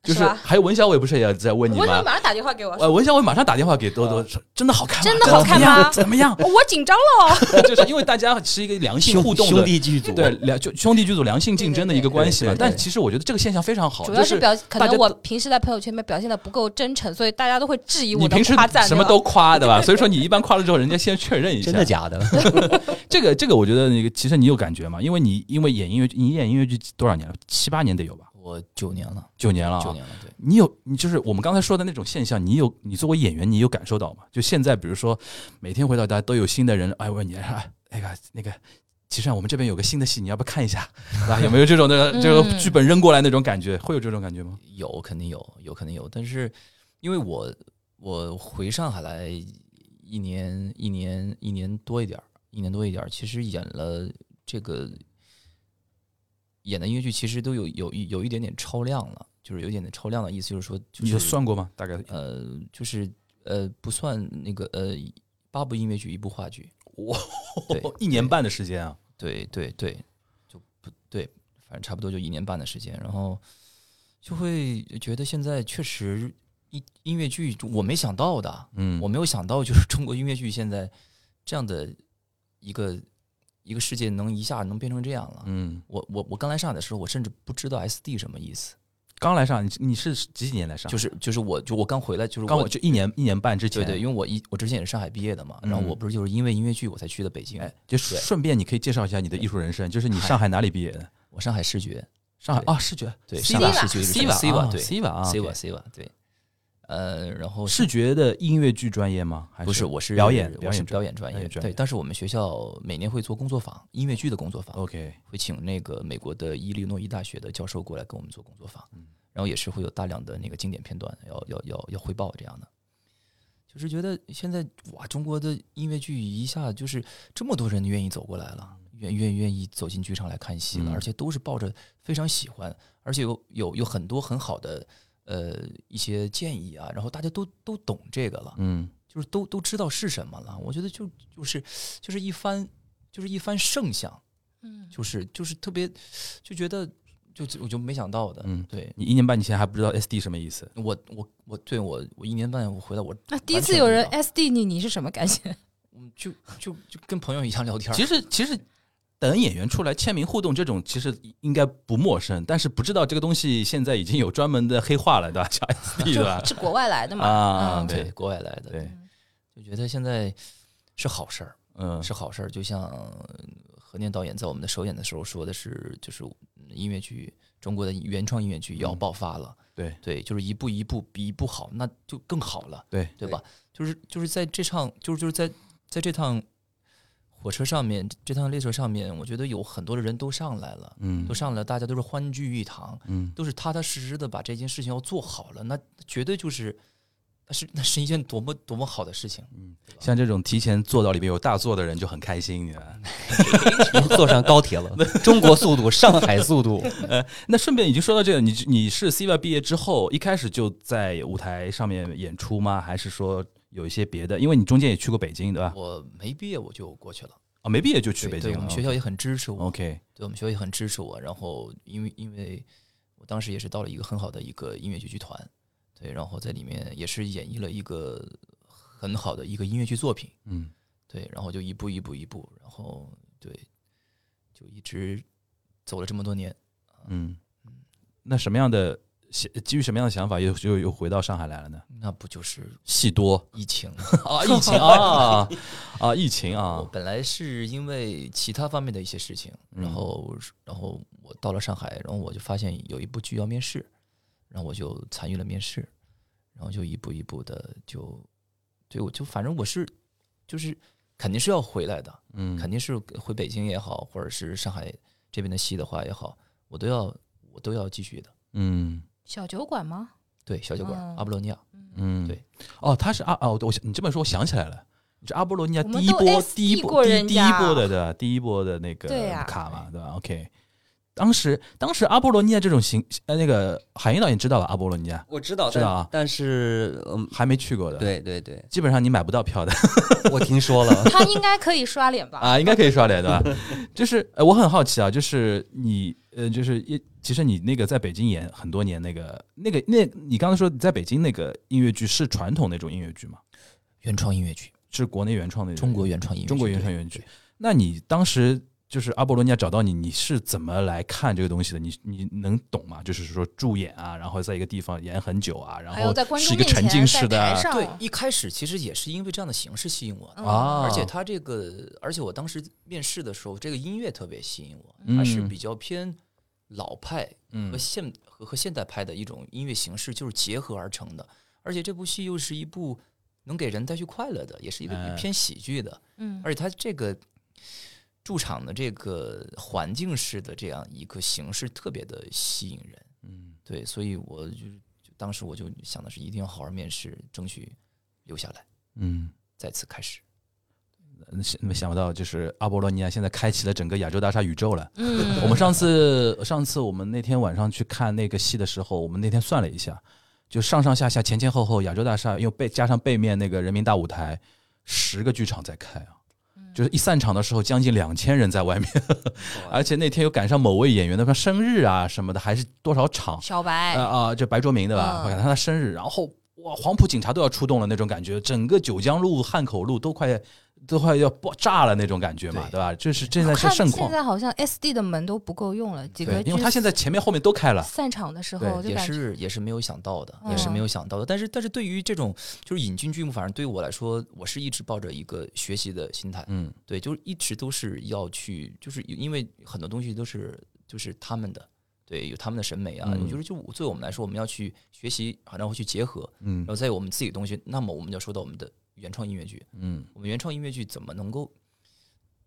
就是吧？还有文小伟不是也在问你我为什吗么？马上打电话给我？呃，文祥，我马上打电话给多多，说真的好看吗，真的好看吗怎么样？哦我紧张了，怎么样 就是因为大家是一个良性兄互动兄的，弟剧组，对，良就兄弟剧组良性竞争的一个关系嘛对。对对但其实我觉得这个现象非常好，主哦就要是是表，可大家能都我平时在朋友圈里面表现的不够真诚，所以大家都会质疑你我的平时夸赞。什么都夸，对吧？所以说你一般夸了之后，人家先确认一下，真的假的？ 这个这个，我觉得那个其实你有感觉吗？因为你因为演音乐剧，你演音乐剧多少年了？七八年得有吧？我九年了，九年了啊，九年了，对。你有你就是我们刚才说的那种现象，你有你作为演员，你有感受到吗？就现在，比如说每天回到家都有新的人，哎，问你，哎，那个那个，其实我们这边有个新的戏，你要不要看一下？啊，有没有这种那个这个嗯剧本扔过来那种感觉？会有这种感觉吗？有肯定有，有肯定有，但是因为我我回上海来一年一年一年多一点儿，一年多一点儿，其实演了这个演的音乐剧，其实都有有一有一点点超量了，就是有一点点超量的意思，就是说就你有是算过吗？大概呃就是呃不算那个呃八部音乐剧一部话剧，哇对一年半的时间啊，对对对，就不对，反正差不多就一年半的时间，然后就会觉得现在确实音音乐剧我没想到的，嗯我没有想到就是 中国音乐剧现在这样的一个一个世界能一下能变成这样了。嗯，我我我刚来上海的时候，我甚至不知道 SD 什么意思，刚来上，你你是几几年来上？就是就是我就我刚回来，就是啊刚我我就一年一年半之前，对对，因为我一我之前也是上海毕业的嘛，然后嗯我不是就是因为音乐剧我才去的北京，哎，就顺便你可以介绍一下你的艺术人生，就是你上海哪里毕业的？我上海视觉，上海对啊，视觉对，西上海吧视觉西吧西吧，啊对西吧啊 C ，OK 吧 C 吧，对，呃，然后视觉的音乐剧专业吗？还不是我是表演表我是演专表演专表业，演专业哦对，但是我们学校每年会做工作坊，音乐剧的工作坊， OK，会请那个美国的伊利诺伊大学的教授过来跟我们做工作坊，然后也是会有大量的那个经典片段要要要要汇报这样的。就是觉得现在哇，中国的音乐剧一下就是这么多人愿意走过来了，愿愿愿意走进剧场来看戏了，嗯而且都是抱着非常喜欢，而且有有有很多很好的呃一些建议啊，然后大家都都懂这个了，嗯，就是都都知道是什么了。我觉得就就是就是一番就是一番盛相，嗯，就是就是特别就觉得就就我就没想到的，嗯对你一年半前还不知道 SD 什么意思，我我我对我我一年半我回来我那啊第一完次全有不知人道 SD 你，你是什么感觉？ 嗯就就就跟朋友一样聊天儿，其实其实等演员出来签名互动这种，其实应该不陌生，但是不知道这个东西现在已经有专门的黑话了，对吧？叫 SD 对吧？是国外来的嘛？啊，嗯对对国外来的，对，就觉得现在是好事儿。嗯，是好事儿。就像何念导演在我们的首演的时候说的是，就是音乐剧中国的原创音乐剧嗯要爆发了。对对，就是一步一步比一步好，那就更好了，对对吧？就是就是在这趟，就是就是在在这趟火车上面，这趟列车上面，我觉得有很多的人都上来了，嗯都上来了，大家都是欢聚一堂，嗯都是踏踏实实的把这件事情要做好了，那绝对就是。那是那是一件多么多么好的事情，嗯，像这种提前坐到里面有大座的人就很开心，你知道吧坐上高铁了， 中国速度，上海速度，那顺便已经说到这个，你你是 C Y 毕业之后一开始就在舞台上面演出吗？还是说有一些别的？因为你中间也去过北京，对吧？我没毕业我就过去了，哦，没毕业就去对北对京我了。哦们学校也很支持我， OK，对我们学校也很支持我。然后因为因为我当时也是到了一个很好的一个音乐剧剧团，对，然后在里面也是演绎了一个很好的一个音乐剧作品，嗯，对，然后就一步一步一步，然后对，就一直走了这么多年。嗯，那什么样的想基于什么样的想法又又又回到上海来了呢？那不就是戏多疫情吗？ 啊，疫情啊啊，疫情 我啊，本来是因为其他方面的一些事情，然嗯后然后我到了上海，然后我就发现有一部剧要面试，然后我就参与了面试，然后就一步一步的就，对我就反正我是就是肯定是要回来的，嗯，肯定是回北京也好，或者是上海这边的戏的话也好，我都要我都要继续的。嗯小酒馆吗？对，小酒馆、哦阿波罗尼亚，嗯，对，哦，他是阿哦，我想你这么说，我想起来了。你是阿波罗尼亚我第们一都波， SD 第一波，过第人第一波家的对吧？第一波的那个对呀卡嘛，对吧？OK，当时当时阿波罗尼亚这种形呃那个海英导演知道吧？阿波罗尼亚我知道，知道啊但但是嗯，还没去过的，，对对对，基本上你买不到 票的我听说了，他应该可以刷脸吧？啊，应该可以刷脸对吧？ 就是呃我很好奇啊，就是你呃，就是一其实你那个在北京演很多年，那个那个那，你刚才说你在北京那个音乐剧是传统那种音乐剧吗？原创音乐剧，是国内原创的那种中国原创音乐剧，中国原对创原剧。那你当时就是阿波罗尼亚找到你，你是怎么来看这个东西的？你你能懂吗？就是说驻演啊，然后在一个地方演很久啊，然还有后在观是众一个面沉前，浸式的在台上，对，一开始其实也是因为这样的形式吸引我的。嗯啊，而且他这个，而且我当时面试的时候，这个音乐特别吸引我，嗯它是比较偏老派和嗯现和和现代派的一种音乐形式，就是结合而成的。而且这部戏又是一部能给人带去快乐的，也是一哎个偏喜剧的，嗯，而且它这个驻场的这个环境式的这样一个形式特别的吸引人。嗯对，所以我就就当时我就想的是，一定要好好面试，争取留下来，嗯。再次开始。嗯想想不到，就是阿波罗尼亚现在开启了整个亚洲大厦宇宙了。嗯，我们上次上次我们那天晚上去看那个戏的时候，我们那天算了一下，就上上下下前前后后亚洲大厦又背加上背面那个人民大舞台，十个剧场在开啊，嗯就是一散场的时候将近两千人在外面， 而且那天又赶上某位演员的他生日啊什么的，还是多少场小啊白，啊，就白卓明对吧？嗯赶上他生日，然后哇，黄埔警察都要出动了那种感觉，整个九江路、汉口路都快都快要爆炸了那种感觉嘛，对对吧？这是现在我是看盛现况。在好像 SD 的门都不够用了，几个对，因为他现在前面后面都开了，散场的时对候就也感觉嗯是也是没有想到的，也是没有想到的。但是但是对于这种就是引进剧目，反正对我来说，我是一直抱着一个学习的心态，嗯对，就是一直都是要去，就是因为很多东西都是就是他们的。对，有他们的审美啊，嗯我觉得就作为我们来说，我们要去学习，然后去结合，嗯然后再有我们自己的东西，那么我们就要说到我们的原创音乐剧，嗯我们原创音乐剧怎么能够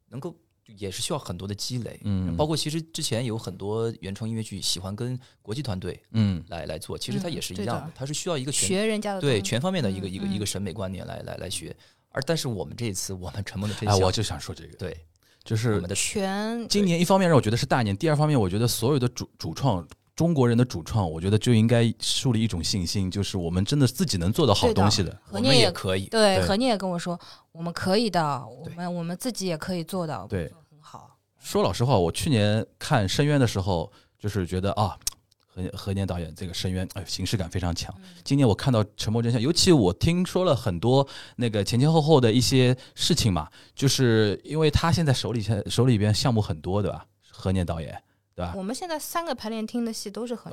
能够也是需要很多的积累，嗯包括其实之前有很多原创音乐剧喜欢跟国际团队嗯来来做，其实它也是一对样的的，它是需要一个全学人家的对东西全方面的一个嗯一个嗯一个审美观念来来来学，而但是我们这一次我们沉默的真哎，相，我就想说这个，对就我是们的全今年一方面让我觉得是大年，第二方面我觉得所有的主主创。中国人的主创，我觉得就应该树立一种信心，就是我们真的自己能做到好对的东西的。何我念们也也可以，对对何念也跟我说，我们可以的，我对们我们自己也可以做到，对做得很好。说老实话，我去年看《深渊》的时候，就是觉得啊，何何年导演这个《深渊》哎，形式感非常强。嗯今年我看到《沉默真相》，尤其我听说了很多那个前前后后的一些事情嘛，就是因为他现在手里现手里边项目很多，对吧？何年导演，对 吧？ 我们现在三个排练厅的戏都是很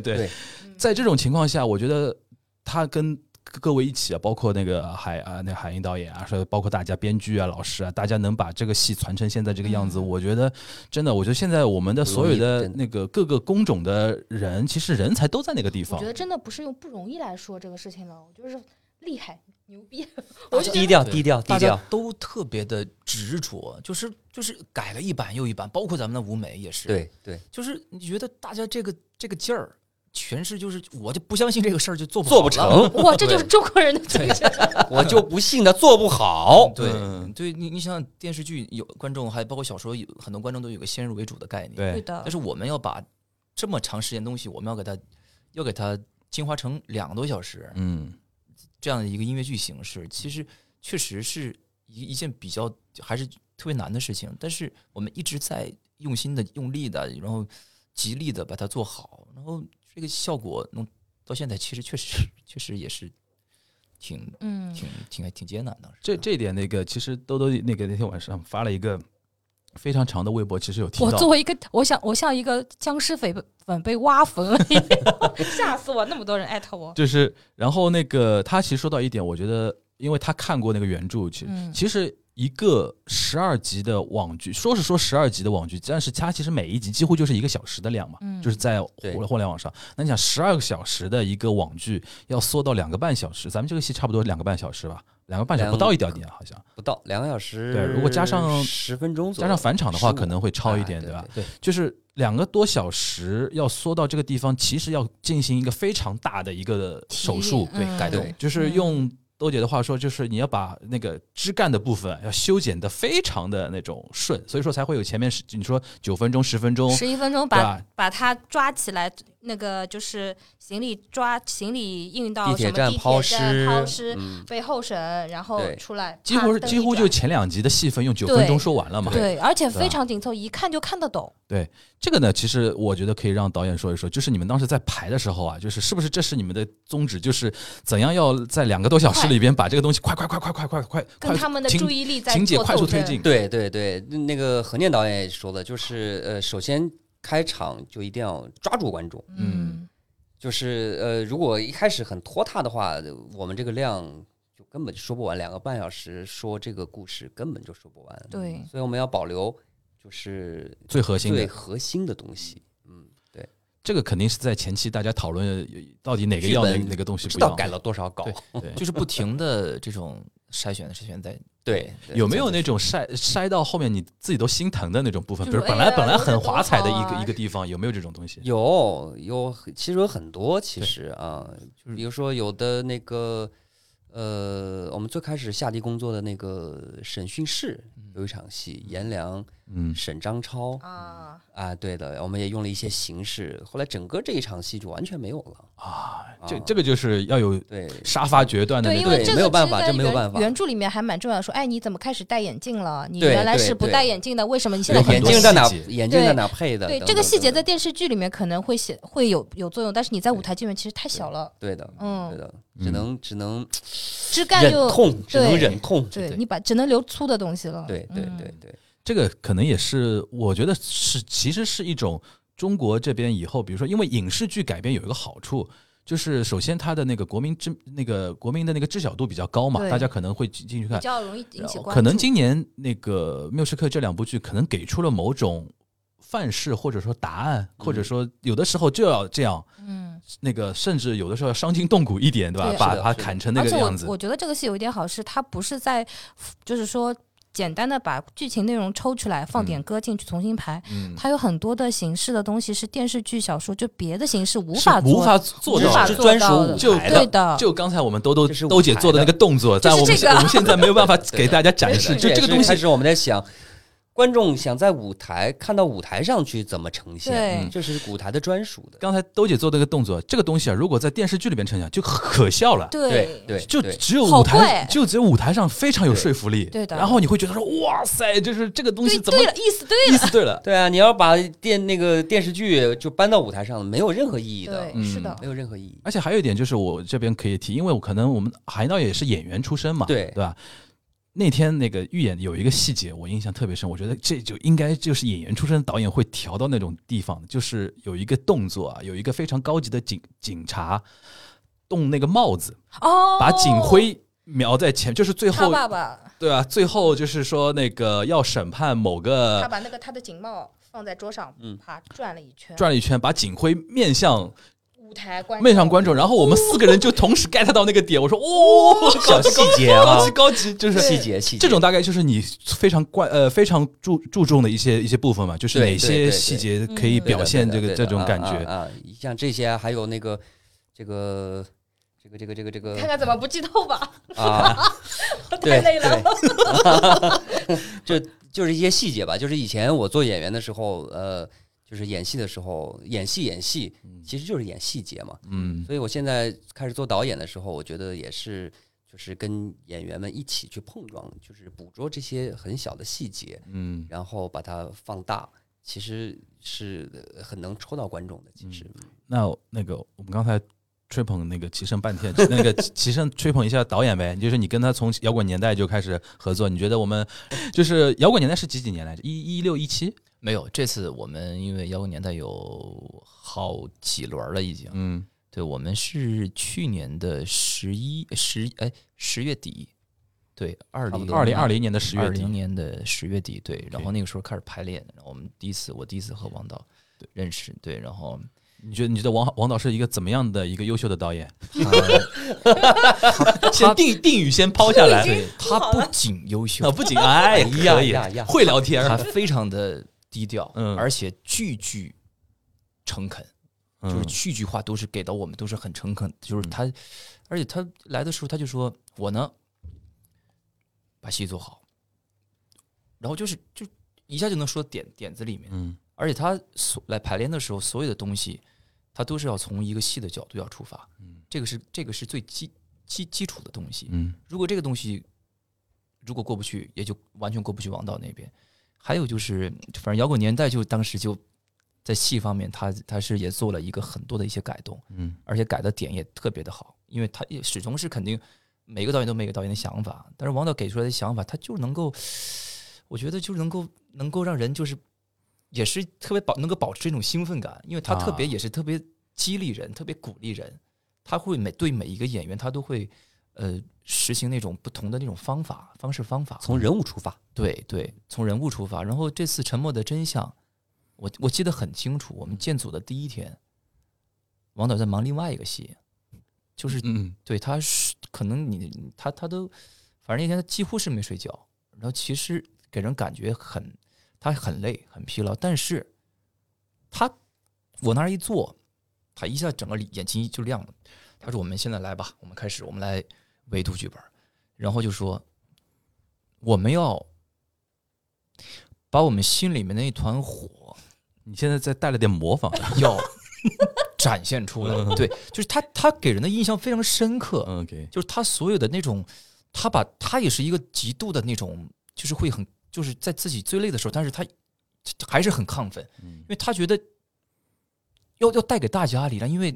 对对在这种情况下，我觉得他跟各位一起啊，包括那个海啊，那海英导演啊，说包括大家编剧啊、老师啊，大家能把这个戏传成现在这个样子，我觉得真的，我觉得现在我们的不所容有易的真的那个各个工种的人，其实人才都在那个地我方觉。得真的不是用不容易来说这个事情了，我就是厉害牛 逼，我低调低调低大家调，都特别的执着，就是就是改了一版又一版，包括咱们的舞美也是，，对对，就是你觉得大家这个这个劲儿，全是就是我就不相信这个事儿就做不做不好了成，哇，这就是中国人的对精神。我就不信他做不好。对嗯对，你你想想电视剧有观众，还包括小时候有很多观众都有个先入为主的概念，对对，的但，是我们要把这么长时间的东西，我们要给它要给它精华成两个多小时嗯，这样的一个音乐剧形式，其实确实是一一件比较还是特别难的事情。但是我们一直在用心的、用力的，然后极力的把它做好，然后这个效果弄到现在，其实确实确实也是挺嗯，挺挺挺艰难的。这这一点那个其实兜兜那个那天晚上发了一个非常长的微博，其实有听我到作为一个，我想我像一个僵尸粉粉被挖坟了 一样，吓死我！那么多人艾特我，就是，然后那个他其实说到一点，我觉得，因为他看过那个原著，其实、嗯其实一个十二集的网剧，说是说十二集的网剧，但是它其实每一集几乎就是一个小时的量嘛，嗯就是在互对互联网上。那你想，十二个小时的一个网剧要缩到两个半小时，咱们这个戏差不多两个半小时吧，两个半小时两不到一点点，好像不到两个小时，对如果加上十分钟左加右，上返场的话， 15可能会超一点，哎对吧？对，就是两个多小时要缩到这个地方，其实要进行一个非常大的一个手术，嗯对改动对就是嗯用兜姐的话说，就是你要把那个枝干的部分要修剪的非常的那种顺，所以说才会有前面是你说九分钟、十分钟，十一分钟对把吧？把他抓起来，那个就是行李抓行李运到地什么铁地站铁抛站尸抛尸，嗯，被候审，然后对出来，几乎啪灯几一乎就转前两集的戏份用九分钟说完了嘛。对，而且对非吧常紧凑，一看就看得懂。这个呢，其实我觉得可以让导演说一说，就是你们当时在排的时候啊，就是是不是这是你们的宗旨，就是怎样要在两个多小时里边把这个东西快快快快快快快快跟他们的情注意力在情节做快速斗推争进，对对对，那个何念导演也说了，就是呃，首先开场就一定要抓住观众，嗯，就是呃，如果一开始很拖沓的话，我们这个量就根本就说不完，两个半小时说这个故事根本就说不完，对，所以我们要保留就是最核心的最核心的东西，嗯，对，这个肯定是在前期大家讨论呃到底哪个剧要哪本哦哪个东西不知不道要。改了多少稿对，对，就是不停的这种筛选、筛选在对，对有没有那种晒晒到后面你自己都心疼的那种部分？比就是如本哎来呀本来留着很多华彩的一好个啊一个地方，有没有这种东西？有有，其实有很多，其实啊，就是比如说有的那个，呃，我们最开始下地工作的那个审讯室有一场戏，颜良、嗯，沈张超啊，啊，对的，我们也用了一些形式，后来整个这一场戏就完全没有了，这啊这个就是要有对，杀伐决断的对，那因种。为这没个有其办实法在这没有原办法原著里面还蛮重要，说，哎，你怎么开始戴眼镜了？你对原来对是不对戴眼镜的，为什么你现对在有很很眼多多镜在细哪节？眼镜对在哪配的？对等这个等细节等在电视剧里面可能会写会有有作用，但是你在舞台剧里面其实太小了，等对的，对嗯，的，只嗯能只 能枝干忍就痛，只能对忍痛，对对你把只能留粗的东西了，对对嗯对对，这个可能也是，我觉得是其实是一种中国这边以后，比如说，因为影视剧改编有一个好处。就是首先，它的那个国民知那个国民的那个知晓度比较高嘛，对大家可能会进进去看比。较容易引起关注，哦可能今年那个《缪斯克》这两部剧，可能给出了某种范式，或者说答案，或者说有的时候就要这样，嗯，那个甚至有的时候要伤筋动骨一点，对吧？对把是的把它是的砍成那而个且样子我。我觉得这个戏有一点好是，它不是在就是说简单的把剧情内容抽出来放点嗯歌进去重新排，嗯，它有很多的形式的东西是电视剧、小说就别的形式无是法做无法做无到法的是做专到属的舞就台对的，的，就刚才我们兜兜这是舞兜姐台做的那的个动作，但就是我们现我这个 们现在没有 办法给大家展对示，对就也这个是东西开始我们在想，观众想在舞台看到舞台上去怎么呈现，啊嗯对这是舞台的专属的。刚才兜姐做的那个动作，这个东西啊，如果在电视剧里边呈现，就可笑了。对对，就对只有好舞台，贵就只有舞台上非常有说服力。对的然后你会觉得说，哇塞，就是这个东西对怎么对了，意思对意思对了？对啊！你要把电那个电视剧就搬到舞台上，没有任何意义的对，，嗯是的没，有任何意义。而且还有一点就是，我这边可以提，因为我可能我们韩导演也是演员出身嘛，对对吧？那天那个预演有一个细节，我印象特别深，我觉得这就应该就是演员出身的导演会调到那种地方，就是有一个动作啊，有一个非常高级的警警察，动那个帽子，哦，把警徽描在前，就是最他后爸爸，对啊，最后就是说那个要审判某他个把那个他的警帽放在桌上，嗯啪转了一圈，转了一圈，把警徽面向舞台观面向观众，然后我们四个人就同时 get 到那个点，我说 哦，小细节啊高，级高级，就是细节细节这种大概就是你非常关呃非常注注重的一些一些部分嘛，就是哪对对些对细对节可以嗯表现这对个的这种感对觉。的啊啊啊像这些还有那个这个这个这个这个这看个看怎么不剧透吧，啊，太累了。这就是一些细节吧。就是以前我做演员的时候，呃，就是演戏的时候，演戏演戏其实就是演细节嘛。嗯所以我现在开始做导演的时候，我觉得也是，就是跟演员们一起去碰撞，就是捕捉这些很小的细节，嗯，然后把它放大，其实是呃很能戳到观众的。其实，那那个我们刚才吹捧那个齐声半天，那个齐齐声吹捧一下导演呗，就是你跟他从摇滚年代就开始合作，你觉得我们就是摇滚年代是几几年来着？一一六一七？没有，这次我们因为摇滚年代有好几轮了，已经。嗯，对，我们是去年的十一十哎十月底，对，二差不零多二零二零年的十月二零底。年的十月底，对，然后那个时候开始排练，然后我们第一次我第一次和王导认识，对，然后你觉得你觉得王王导是一个怎么样的一个优秀的导演？他 先定定语先抛 下来。对他不仅优秀 啊，，不仅哎呀可以呀呀呀会聊天他儿，非常的低调，嗯而且句句诚恳，嗯就是句句话都是给到我们都是很诚恳，就是他，而且他来的时候他就说我呢，把戏做好，然后就是就一下就能说点点子里面，嗯而且他所来排练的时候，所有的东西，他都是要从一个戏的角度要出发，嗯这个是这个是最基基基础的东西。嗯如果这个东西如果过不去，也就完全过不去王导那边。还有就是，反正摇滚年代就当时就在戏方面，他他是也做了一个很多的一些改动，嗯而且改的点也特别的好，因为他也始终是肯定每个导演都有每个导演的想法，但是王导给出来的想法，他就能够，我觉得就是能够能够让人就是也是特别保能够保持一种兴奋感，因为他特别啊也是特别激励人，特别鼓励人，他会每对每一个演员他都会呃实行那种不同的那种方法方式方法， 从人物出发，对对，从人物出发。然后这次《沉默的真相》，我我记得很清楚，我们建组的第一天，王导在忙另外一个戏，就是嗯，对他是可能你你他他都，反正那天他几乎是没睡觉，然后其实给人感觉很他很累很疲劳，但是他往那儿一坐，他一下整个眼睛就亮了。他说：“我们现在来吧，我们开始，我们来围读剧本。”然后就说：“我们要把我们心里面那一团火你现在再带了点模仿， 要 展现出来。”对，就是他，他给人的印象非常深刻。嗯 OK，就是他所有的那种，他把他也是一个极度的那种，就是会很就是在自己最累的时候，但是他还是很亢奋，嗯因为他觉得要要带给大家力量，因为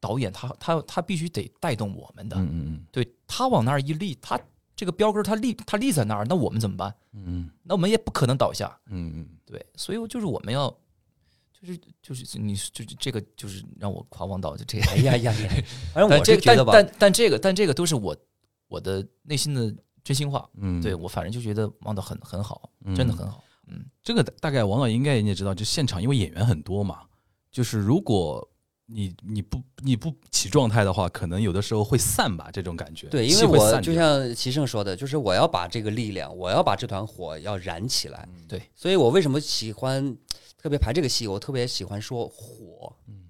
导演他他他必须得带动我们的，嗯嗯对他往那儿一立，他这个标杆儿他立他立在那儿，那我们怎么办？嗯那我们也不可能倒下，嗯嗯对，所以我就是我们要，就是就是你就是这个就是让我夸王导就这个， 哎呀呀呀！ 反正但我这是个觉得但吧，但但这个但这个都是我我的内心的真心话，嗯，对我反正就觉得王导很很好，嗯真的很好。这个大概王导应该你也知道，就现场因为演员很多嘛，就是如果你你不你不起状态的话，可能有的时候会散吧，这种感觉。对，因气为会我散就掉像齐胜说的，就是我要把这个力量，我要把这团火要燃起来。对，所以我为什么喜欢特别排这个戏？我特别喜欢说火，嗯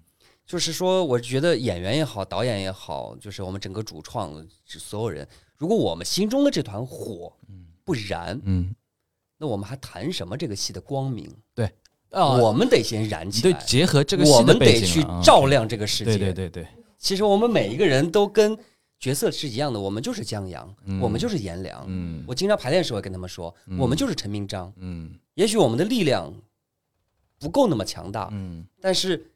就是说，我觉得演员也好，导演也好，就是我们整个主创所有人，如果我们心中的这团火嗯不燃，嗯，那我们还谈什么这个戏的光明？啊，我们得先燃你起对来，结合这个我戏的们背景得去了啊，照亮这个世界。对对对对，其实我们每一个人都跟角色是一样的，我们就是江阳，嗯我们就是颜良。嗯我经常排练的时候也跟他们说，嗯我们就是陈明章。嗯也许我们的力量不够那么强大，嗯但是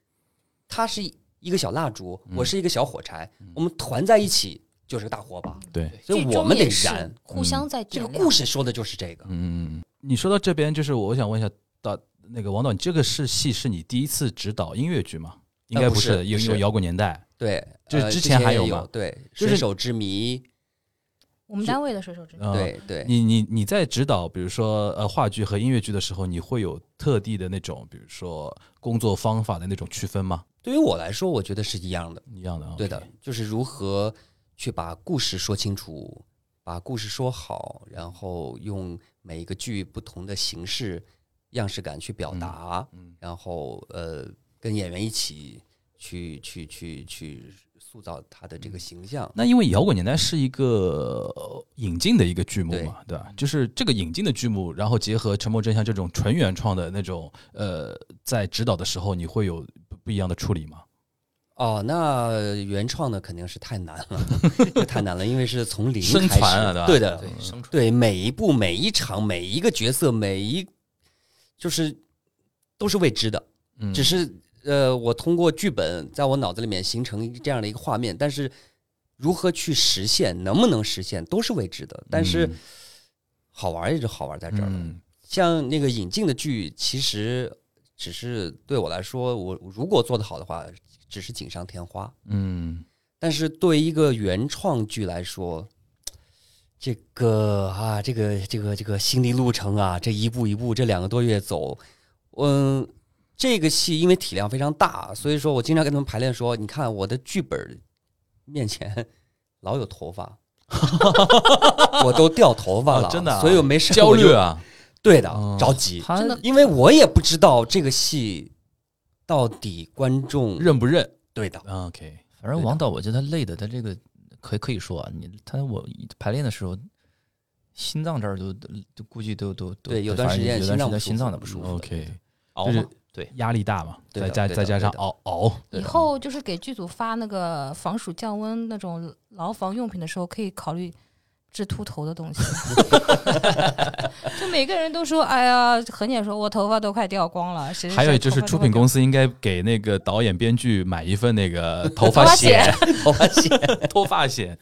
他是一个小蜡烛，嗯我是一个小火柴，我们团在一起就是个大火把，对，所以剧我中们得也是燃。互相在这点个亮。故事说的就是这个。嗯，你说到这边，就是我想问一下，导那个王导，你这个是戏是你第一次执导音乐剧吗？应该呃不是有不是有摇滚年代，对，就是呃之之前还也有有吗对，就水是手之谜，我们单位的水手之嗯，对对，你你你在指导，比如说呃话剧和音乐剧的时候，你会有特地的那种，比如说工作方法的那种区分吗？对于我来说，我觉得是一样的。一样的啊，对的，就是如何去把故事说清楚，把故事说好，然后用每一个剧不同的形式、样式感去表达，嗯然后呃，跟演员一起去去去去塑造他的这个形象。那因为摇滚年代是一个呃引进的一个剧目嘛，对吧？就是这个引进的剧目，然后结合《沉默真相》这种纯原创的那种，呃，在指导的时候，你会有不不一样的处理吗？哦，那原创的肯定是太难了， 这太难了，因为是从零生开始，传啊对吧对的，对，生出对每一步、每一场、每一个角色、每一就是都是未知的，嗯，只是呃，我通过剧本在我脑子里面形成这样的一个画面，但是如何去实现，能不能实现都是未知的。但是嗯好玩也就好玩在这儿了。嗯像那个引进的剧，其实只是对我来说，我如果做得好的话，只是锦上添花。嗯，但是对于一个原创剧来说，这个啊，这个这个这个心理路程啊，这一步一步这两个多月走，嗯，这个戏因为体量非常大，所以说我经常跟他们排练说，你看我的剧本面前 老有头发， 我都掉头发了，哦真的啊所以我没事焦我就虑，啊，对的，哦着急，他真的因为我也不知道这个戏到底观众认不认对的， ？OK，反正王导，我觉得他累的，他这个可以可以说啊，你他我排练的时候，心脏这儿都都估计都都都对有段时间反正有心脏段时不间舒心脏的不舒服服了 OK 熬就是嘛，对，压力大嘛，对再的加对的再加上对的熬熬，对以的后就是给剧组发那个防暑降温那种牢房用品的时候，可以考虑治秃头的东西。 就每个人都说：“哎呀，何姐说我头发都快掉光了。谁”谁还有谁就嗯头是发都出快品掉公司应该给那个导演、编剧买一份那个头头发发险、头发线。脱发险。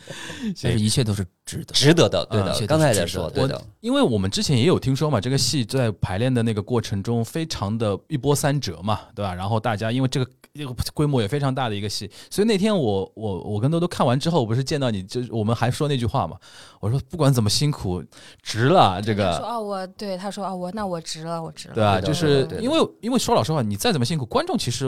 但是一切都是值得。值得的，对嗯的，这刚都是才值在得说，的对的，因为我们之前也有听说嘛，这个戏在排练的那个过程中非常的一波三折嘛，对吧？然后大家因为这个这个规模也非常大的一个戏，所以那天我我我跟多多看完之后，我不是见到你，就是我们还说那句话嘛，我说不管怎么辛苦，值了这他说个。啊，我对他说啊，我那我值了，我值了，对啊吧？对的就是对的因为因为说老实话，你再怎么辛苦，观众其实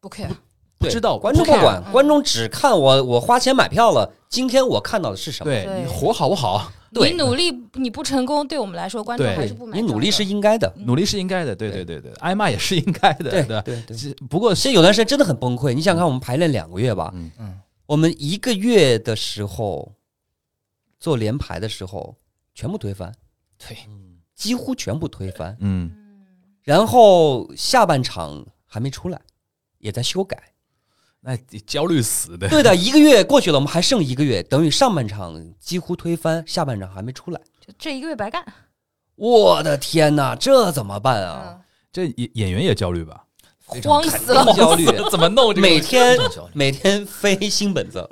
不 care。不对知道观众不不 care 管，观众只看我，我花钱买票了，今天我看到的是什么？对对你活好不好，对你努力，你不成功，对我们来说，观众对还是不买你账的。努力是应该的，努力是应该的，对对对对，挨骂也是应该的，对吧？对对。是不过是这有段时间真的很崩溃，你想看我们排练两个月吧，嗯嗯，我们一个月的时候做联排的时候，全部推翻，对，几乎全部推翻，嗯，然后下半场还没出来，也在修改。那得焦虑死的，对的，一个月过去了，我们还剩一个月，等于上半场几乎推翻，下半场还没出来。就这一个月白干。我的天哪，这怎么办啊？嗯，这演演员也焦虑吧？非常慌看死了，焦虑， 怎么弄这个？每天非常焦虑 每天飞新本 子，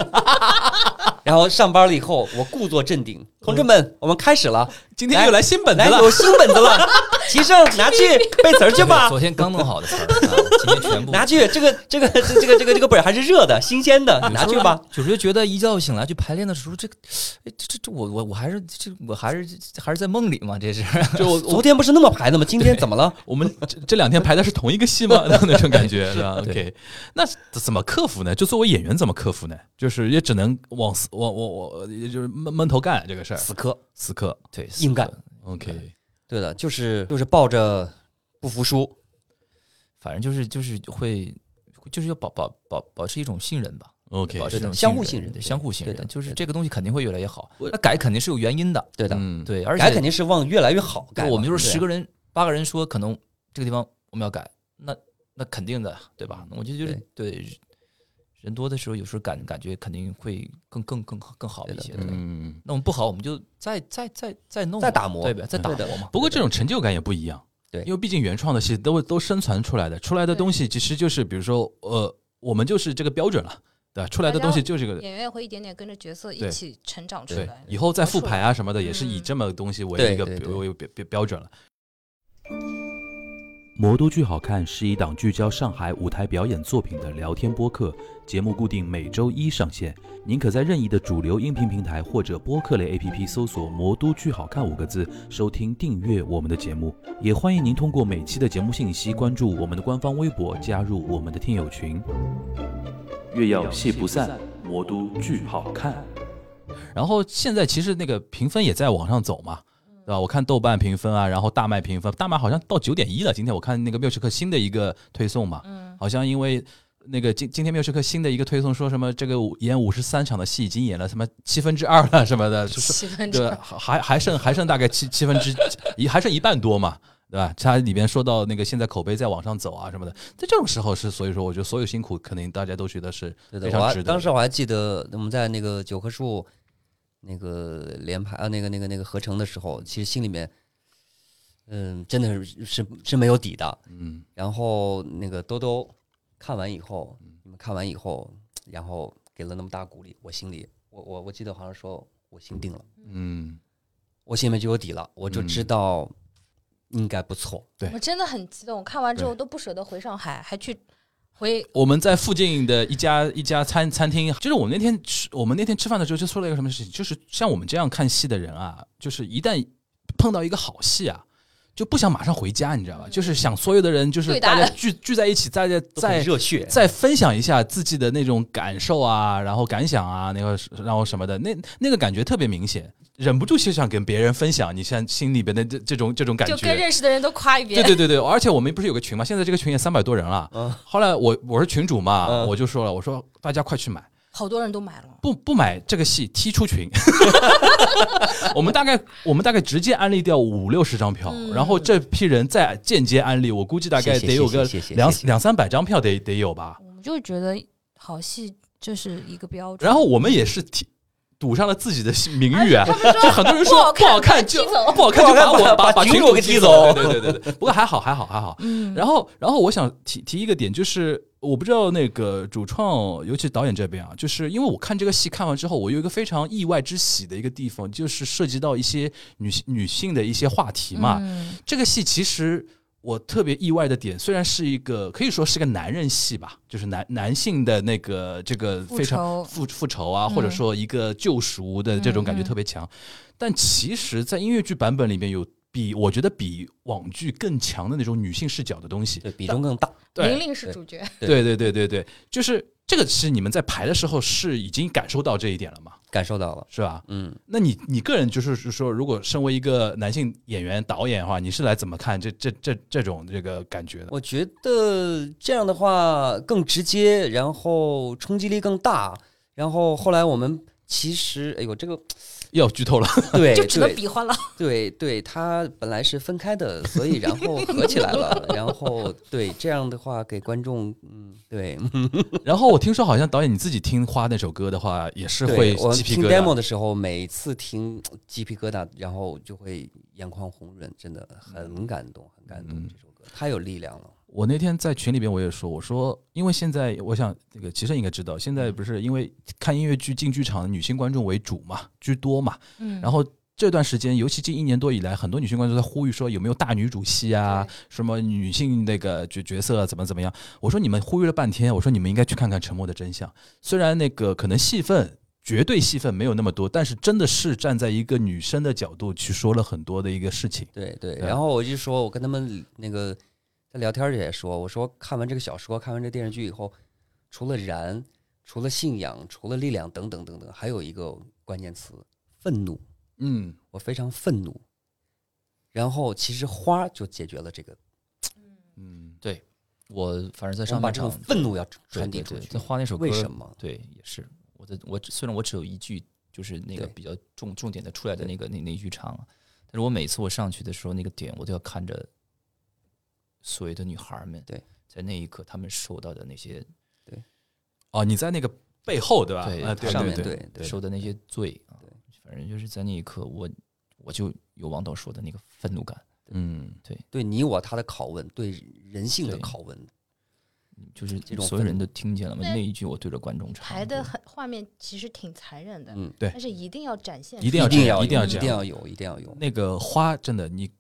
然后上班了以后，我故作镇定，同志嗯们，我们开始了，今天又来新本子来了，有新本子 了，齐胜拿去背词儿去吧昨，天刚弄好的词儿，啊今天全部拿去，这个这个这这个这个这个本儿还是热的，新鲜的，拿去吧。。有时候觉得一觉醒来去排练的时候，这个，哎，这这这我我我还是这我还是还是在梦里嘛，这是。就我啊昨天不是那么排的吗？今天怎么了？我们这这两天排的是同一个戏 吗？那种感觉是吧对？OK，那怎么克服呢？就作为演员怎么克服呢？就是也只能往死往往往，也就是闷闷头干这个事儿，死磕，死磕。对，硬干。 OK，对的，就是就是抱着不服输，反正就是就是会，就是要保保保保持一种信任吧。 OK，保持对这的种相互信任对对相互信对任，的就是对的这个东西肯定会越来越好。我那改肯定是有原因的，对的，嗯，对，而改肯且定是往越来越好改嘛。我们就是对啊十个人八个人说，可能这个地方我们要改，那那肯定的，对吧？我就觉得对，人多的时候有时候感感觉肯定会更更更更好对一的些的。嗯。那我们不好，我们就再再再再弄嘛，再打磨对吧？再打对的磨嘛。不过这种成就感也不一样，对因为毕竟原创的戏都都生存出来的，出来的东西其实就是，比如说，呃，我们就是这个标准了，对吧？出来的东西就是这个，演员也会一点点跟着角色对一起成长出对来，。以后再复排啊什么的，也是以嗯这么东西为对一个对对为为标标标准了。 《魔都剧好看》是一档聚焦上海舞台表演作品的聊天播客，节目固定每周一上线。您可在任意的主流音频平台或者播客类 APP 搜索“魔都剧好看”五个字，收听订阅我们的节目。也欢迎您通过每期的节目信息关注我们的官方微博，加入我们的听友群。月要戏不散，魔都剧好看。然后现在其实那个评分也在往上走嘛，对吧？我看豆瓣评分啊，然后大麦评分，大麦好像到九点一了。今天我看那个缪斯克新的一个推送嘛，好像因为那个今今天缪斯克新的一个推送说什么这个演五十三场的戏已经演了什么七分之二了什么的，就是七分之对，啊还还剩还剩大概七七分之一，还剩一半多嘛，对吧？它里边说到那个现在口碑在往上走啊什么的，在这种时候是，所以说我觉得所有辛苦肯定大家都觉得是对非的，常我值得。还当时我还记得我们在那个九棵树那个联排啊，那个那个那个合成的时候，其实心里面，嗯，真的是是是没有底的。嗯，然后那个兜兜看完以后，你们看完以后，然后给了那么大鼓励，我心里，我我我记得好像说我心定了，嗯，我心里面就有底了，我就知嗯道应该不错。我真的很激动，看完之后对都不舍得回上海，还去回我们在附近的一家一家餐餐厅，就是我们那天吃，我们那天吃饭的时候就说了一个什么事情，就是像我们这样看戏的人啊，就是一旦碰到一个好戏啊，就不想马上回家，你知道吧？就是想所有的人就是对答大案家聚聚在一起，大家都很在热血，再分享一下自己的那种感受啊，然后感想啊，那个然后什么的，那那个感觉特别明显，忍不住就想跟别人分享你现在心里边的这这种这种感觉，就跟认识的人都夸一遍对。对对对，而且我们不是有个群嘛，现在这个群也三百多人了。 嗯后来我我是群主嘛，嗯我就说了，我说大家快去买，好多人都买了，不不买这个戏踢出 群。 我们大概我们大概直接安利掉五六十张票，然后这批人再间接安利，我估计大概嗯谢谢得有个谢谢谢谢两谢谢两三百张票得得有吧。我们就觉得好戏这是一个标准。然后我们也是踢。赌上了自己的名誉啊！他们就 说很多人不说好不看好看就踢走不好看就把我把把把群群主主给给踢踢走，走对对对对对。不过还好还好还好，嗯，然后，然后我想提提一个点，就是我不知道那个主创，尤其导演这边啊，就是因为我看这个戏看完之后，我有一个非常意外之喜的一个地方，就是涉及到一些女性女性的一些话题嘛。嗯这个戏其实我特别意外的点，虽然是一个可以说是个男人戏吧，就是男男性的那个这个非常复仇复复仇啊，或者说一个救赎的这种感觉嗯嗯嗯特别强，但其实，在音乐剧版本里面有。比我觉得比网剧更强的那种女性视角的东西，对比重更大。对玲玲是主角，对对对对对，就是这个是你们在排的时候是已经感受到这一点了嘛，感受到了，是吧？嗯，那你你个人就是是说，如果身为一个男性演员导演的话，你是来怎么看这这这这种这个感觉的？我觉得这样的话更直接，然后冲击力更大。然后后来我们其实，哎呦，这 个要剧透了， 对就只能对比划了。对对，它本来是分开的，所以然后合起来了，然后对这样的话给观众，嗯，对，然后我听说好像导演你自己听花那首歌的话，也是会对我鸡皮听疙 demo 瘩。的时候，每次听鸡皮疙瘩，然后就会眼眶红润，真的很感动，很感动。嗯这首歌太有力量了，我那天在群里边我也说，我说因为现在我想那个齐生应该知道，现在不是因为看音乐剧进剧场的女性观众为主嘛，居多嘛，嗯然后这段时间，尤其近一年多以来，很多女性观众都在呼吁说有没有大女主戏啊，什么女性那个角角色啊怎么怎么样。我说你们呼吁了半天，我说你们应该去看看《沉默的真相》，虽然那个可能戏份。绝对戏份没有那么多，但是真的是站在一个女生的角度去说了很多的一个事情。对对。对然后我就说，我跟他们那个在聊天儿也说，我说看完这个小说，看完这电视剧以后，除了燃，除了信仰，除了力量等等等等，还有一个关键词愤怒，嗯，我非常愤怒。然后其实花儿就解决了这个，嗯，我反正在我们上把半这种场愤怒要传对递对出对去。在花那首歌为什么？对，也是我的我只虽然我只有一句，就是那个对比较重重点的出来的对那个那那一句唱啊，但是我每次我上去的时候，那个点我都要看着所谓的女孩儿们，对，在那一刻她们受到的那些哦，你在那个背后对吧？对啊，对上对面对对对受的那些罪啊对，反正就是在那一刻，我我就有王导说的那个愤怒感，嗯，对你我他的拷问，对人性的对拷问，就是这种所有愤人怒都听见了嘛，对那一句我对着观众唱，排对的很画面其实挺残忍的，嗯，对但是一定要展现出来，一定要 一这定要样，一定要有这一定样。要有，一定要有。那个花真的，你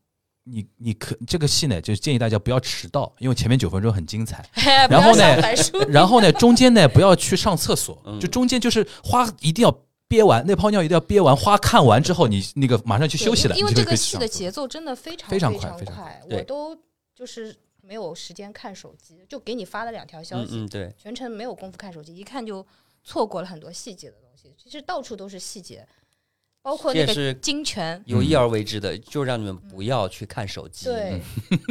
你你可这个戏呢，就建议大家不要迟到，因为前面九分钟很精彩。不然后要呢上板书然后呢，中间呢不要去上厕所，嗯就中间就是花一定要憋完，那泡尿一定要憋完，花看完之后你那个马上去休息了，因为你就这可以个去戏上的厕所节奏真的非常非常常快非常快，对我都就是没有时间看手机，就给你发了两条消嗯息，嗯，对，全程没有功夫看手机，一看就错过了很多细节的东西。其实到处都是细节，包括那这也个是金泉，有意而为之的，就让你们不要去看手机，对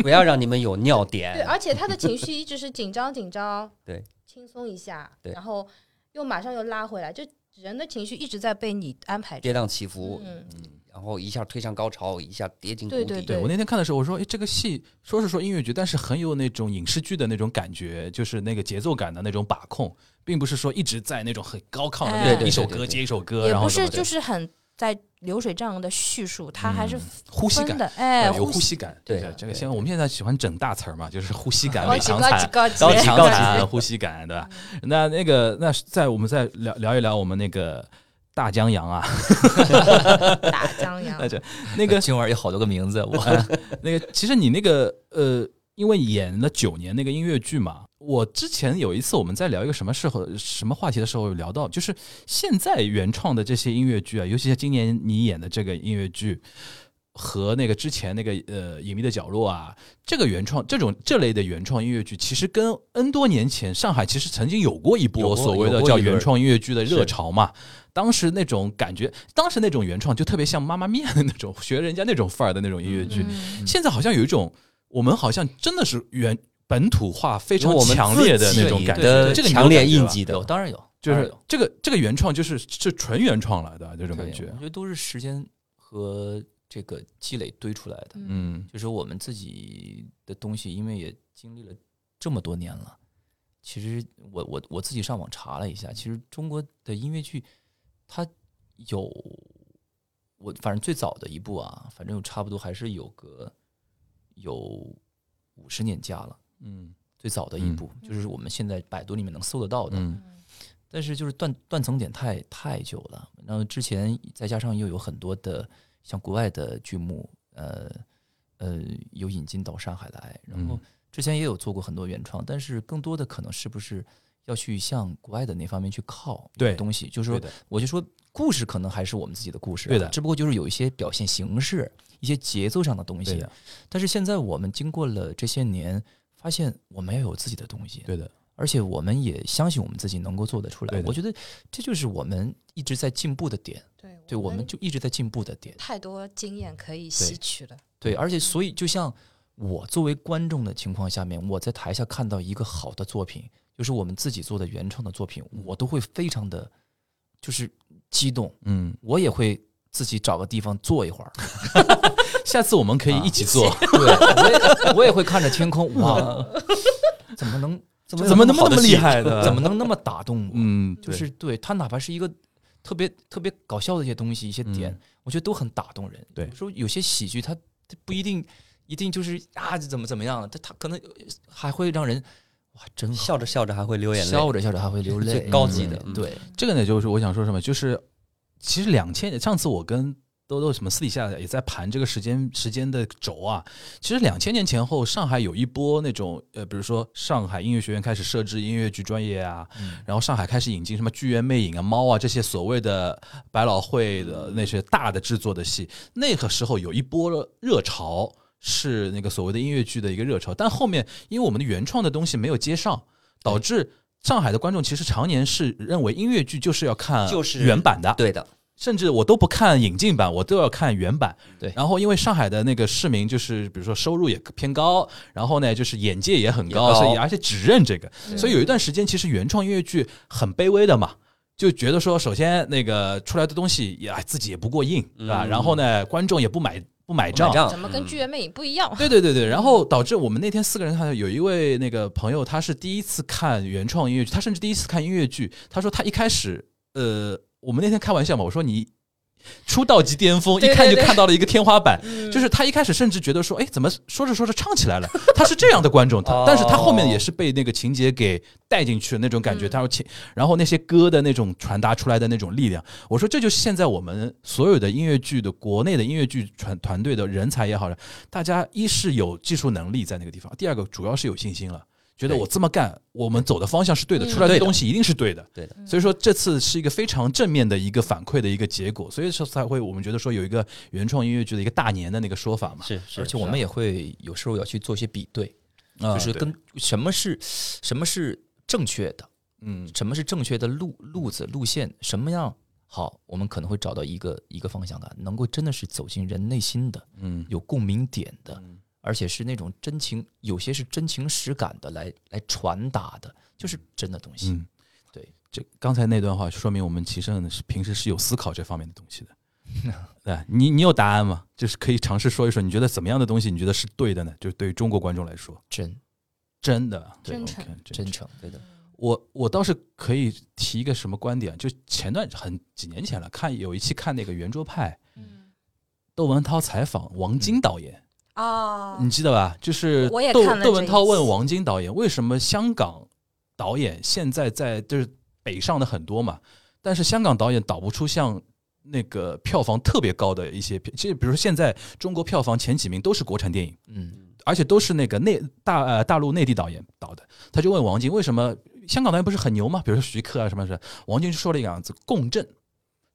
不要让你们有尿对，点。而且他的情绪一直是紧张紧张，对，轻松一下，对然后又马上又拉回来，就人的情绪一直在被你安排着跌。宕起伏，嗯，然后一下推上高潮，一下跌进谷对底。对对我那天看的时候，我说，哎，这个戏说是说音乐剧，但是很有那种影视剧的那种感觉，就是那个节奏感的那种把控，并不是说一直在那种很高亢的哎对那种对一首对对歌对接一首歌，也然后不什么是的就是很在流水账的叙述，它还是嗯呼吸分感的，，哎，对有呼呼吸感。对这个对现在我们现在喜欢整大词儿嘛，就是呼吸感、高尾级强高级惨。高级，高级啊级高 高级级呼吸感，对吧？那那个，那是在我们再聊聊一聊我们那个大江洋啊，打江洋 那，就那个今晚有好多个名字，我 那个，其实你那个呃，因为演了九年那个音乐剧嘛，我之前有一次我们在聊一个什么时候什么话题的时候有聊到，就是现在原创的这些音乐剧啊，尤其是今年你演的这个音乐剧。和那个之前那个呃《隐秘的角落》啊，这个原创这种这类的原创音乐剧，其实跟 N 多年前上海其实曾经有过一有波过所谓的有过叫一轮原创音乐剧的热是潮嘛。当时那种感觉，当时那种原创就特别像妈妈咪呀的那种，学人家那种范儿的那种音乐剧。嗯现在好像有一种，我们好像真的是原本土化非常有我们强烈的那种感自己觉，的这个你有强烈感觉吧哎印记有的， 当然有，就当然是有这个这个原创就是是纯原创来的这种对感觉我，觉得都是时间和这个积累堆出来的。嗯就是我们自己的东西，因为也经历了这么多年了。其实我我我自己上网查了一下，其实中国的音乐剧，它有我反正最早的一部啊，反正差不多还是有个有五十年假了，嗯最早的一嗯部、就是我们现在百度里面能搜得到的。嗯但是就是断断层点太太久了，然后之前再加上又有很多的像国外的剧目，呃呃，有引进到上海来，然后嗯之前也有做过很多原创，但是更多的可能是不是要去向国外的那方面去靠对东西，就是说，对的，我就说故事可能还是我们自己的故事啊，对的只不过就是有一些表现形式、一些节奏上的东对西的，但是现在我们经过了这些年，发现我们要有自己的东西，对的，而且我们也相信我们自己能够做得出对来。的我觉得这就是我们一直在进步的点，对，对，我们就一直在进步的点，太多经验可以吸取了。对，而且所以就像我作为观众的情况下面，我在台下看到一个好的作品，就是我们自己做的原创的作品，我都会非常的就是激动，嗯，我也会自己找个地方坐一会 儿，下次我们可以一起 做，对，我也我也会看着天空， 哇，怎么能怎怎么那么好的那么戏厉害的？怎么能那么打动我？嗯，就对是对他哪怕是一个特别特别搞笑的一些东西、一些点，嗯我觉得都很打动人。对有时候有些喜剧它它不一定一定就是啊怎么怎么样了，它它可能还会让人哇真好笑着笑着还会流眼泪。笑着笑着还会流泪，最高级的嗯嗯对，这个呢，就是我想说什么，就是其实两千上次我跟兜兜什么私底下也在盘这个时间时间的轴啊。其实两千年前后，上海有一波那种呃，比如说上海音乐学院开始设置音乐剧专业啊，嗯然后上海开始引进什么《剧院魅影》啊、《猫》啊这些所谓的百老汇的那些大的制作的戏，那个时候有一波热潮，是那个所谓的音乐剧的一个热潮。但后面因为我们的原创的东西没有接上，导致上海的观众其实常年是认为音乐剧就是要看就是原版的，对的，甚至我都不看引进版，我都要看原版。对然后因为上海的那个市民就是，比如说收入也偏高，然后呢就是眼界也很高，也高所以而且只认这个，嗯对所以有一段时间其实原创音乐剧很卑微的嘛。就觉得说，首先那个出来的东西也哎自己也不过硬，对吧？嗯然后呢，观众也不买不买账买，账怎么跟嗯《剧院魅影》不一样？对对对对，然后导致我们那天四个人看到有一位那个朋友，他是第一次看原创音乐剧，他甚至第一次看音乐剧，他说他一开始呃，我们那天开玩笑嘛，我说你出道即巅峰，一对对看就对看到了一个天花板。嗯嗯嗯就是他一开始甚至觉得说，哎，怎么说着说着唱起来了？ 他是这样的观众，他哦但是他后面也是被那个情节给带进去的那种感嗯觉。他说情，然后那些歌的那种传达出来的那种力量，我说这就是现在我们所有的音乐剧的国内的音乐剧团团队的人才也好，大家一是有技术能力在那个地方，第二个主要是有信心了。觉得对我这么干，我们走的方向是对的，嗯出来的对的东西一定是对的。对的，所以说这次是一个非常正面的一个反馈的一个结果，所以说才会我们觉得说有一个原创音乐剧的一个大年的那个说法嘛，是啊而且我们也会有时候要去做一些比对，啊就是对跟什么是什么是正确的，嗯什么是正确的路路子路线，什么样好，我们可能会找到一个一个方向感，能够真的是走进人内心的，嗯有共鸣点的，嗯而且是那种真情，有些是真情实感的来来传达的，就是真的东西。嗯，对，这刚才那段话说明我们齐胜是平时是有思考这方面的东 西的。对你，你有答案吗？就是可以尝试说一说，你觉得怎么样的东西你觉得是对的呢？就是对于中国观众来说，真真的，啊对真 OK，诚真诚，对的，我我倒是可以提一个什么观点，就前段很几年前了，看有一期看那个圆桌派，嗯窦文涛采访王晶导演，啊你记得吧？就是我也窦看了窦文这一涛问期王晶导演，为什么香港导演现在在就是北上的很多嘛，但是香港导演导不出像那个票房特别高的一些片，其实比如说现在中国票房前几名都是国产电影。嗯，而且都是那个内大呃大陆内地导演导的，他就问王晶为什么香港导演不是很牛吗？比如说徐克啊什么什么，王晶就说了一个字：共振，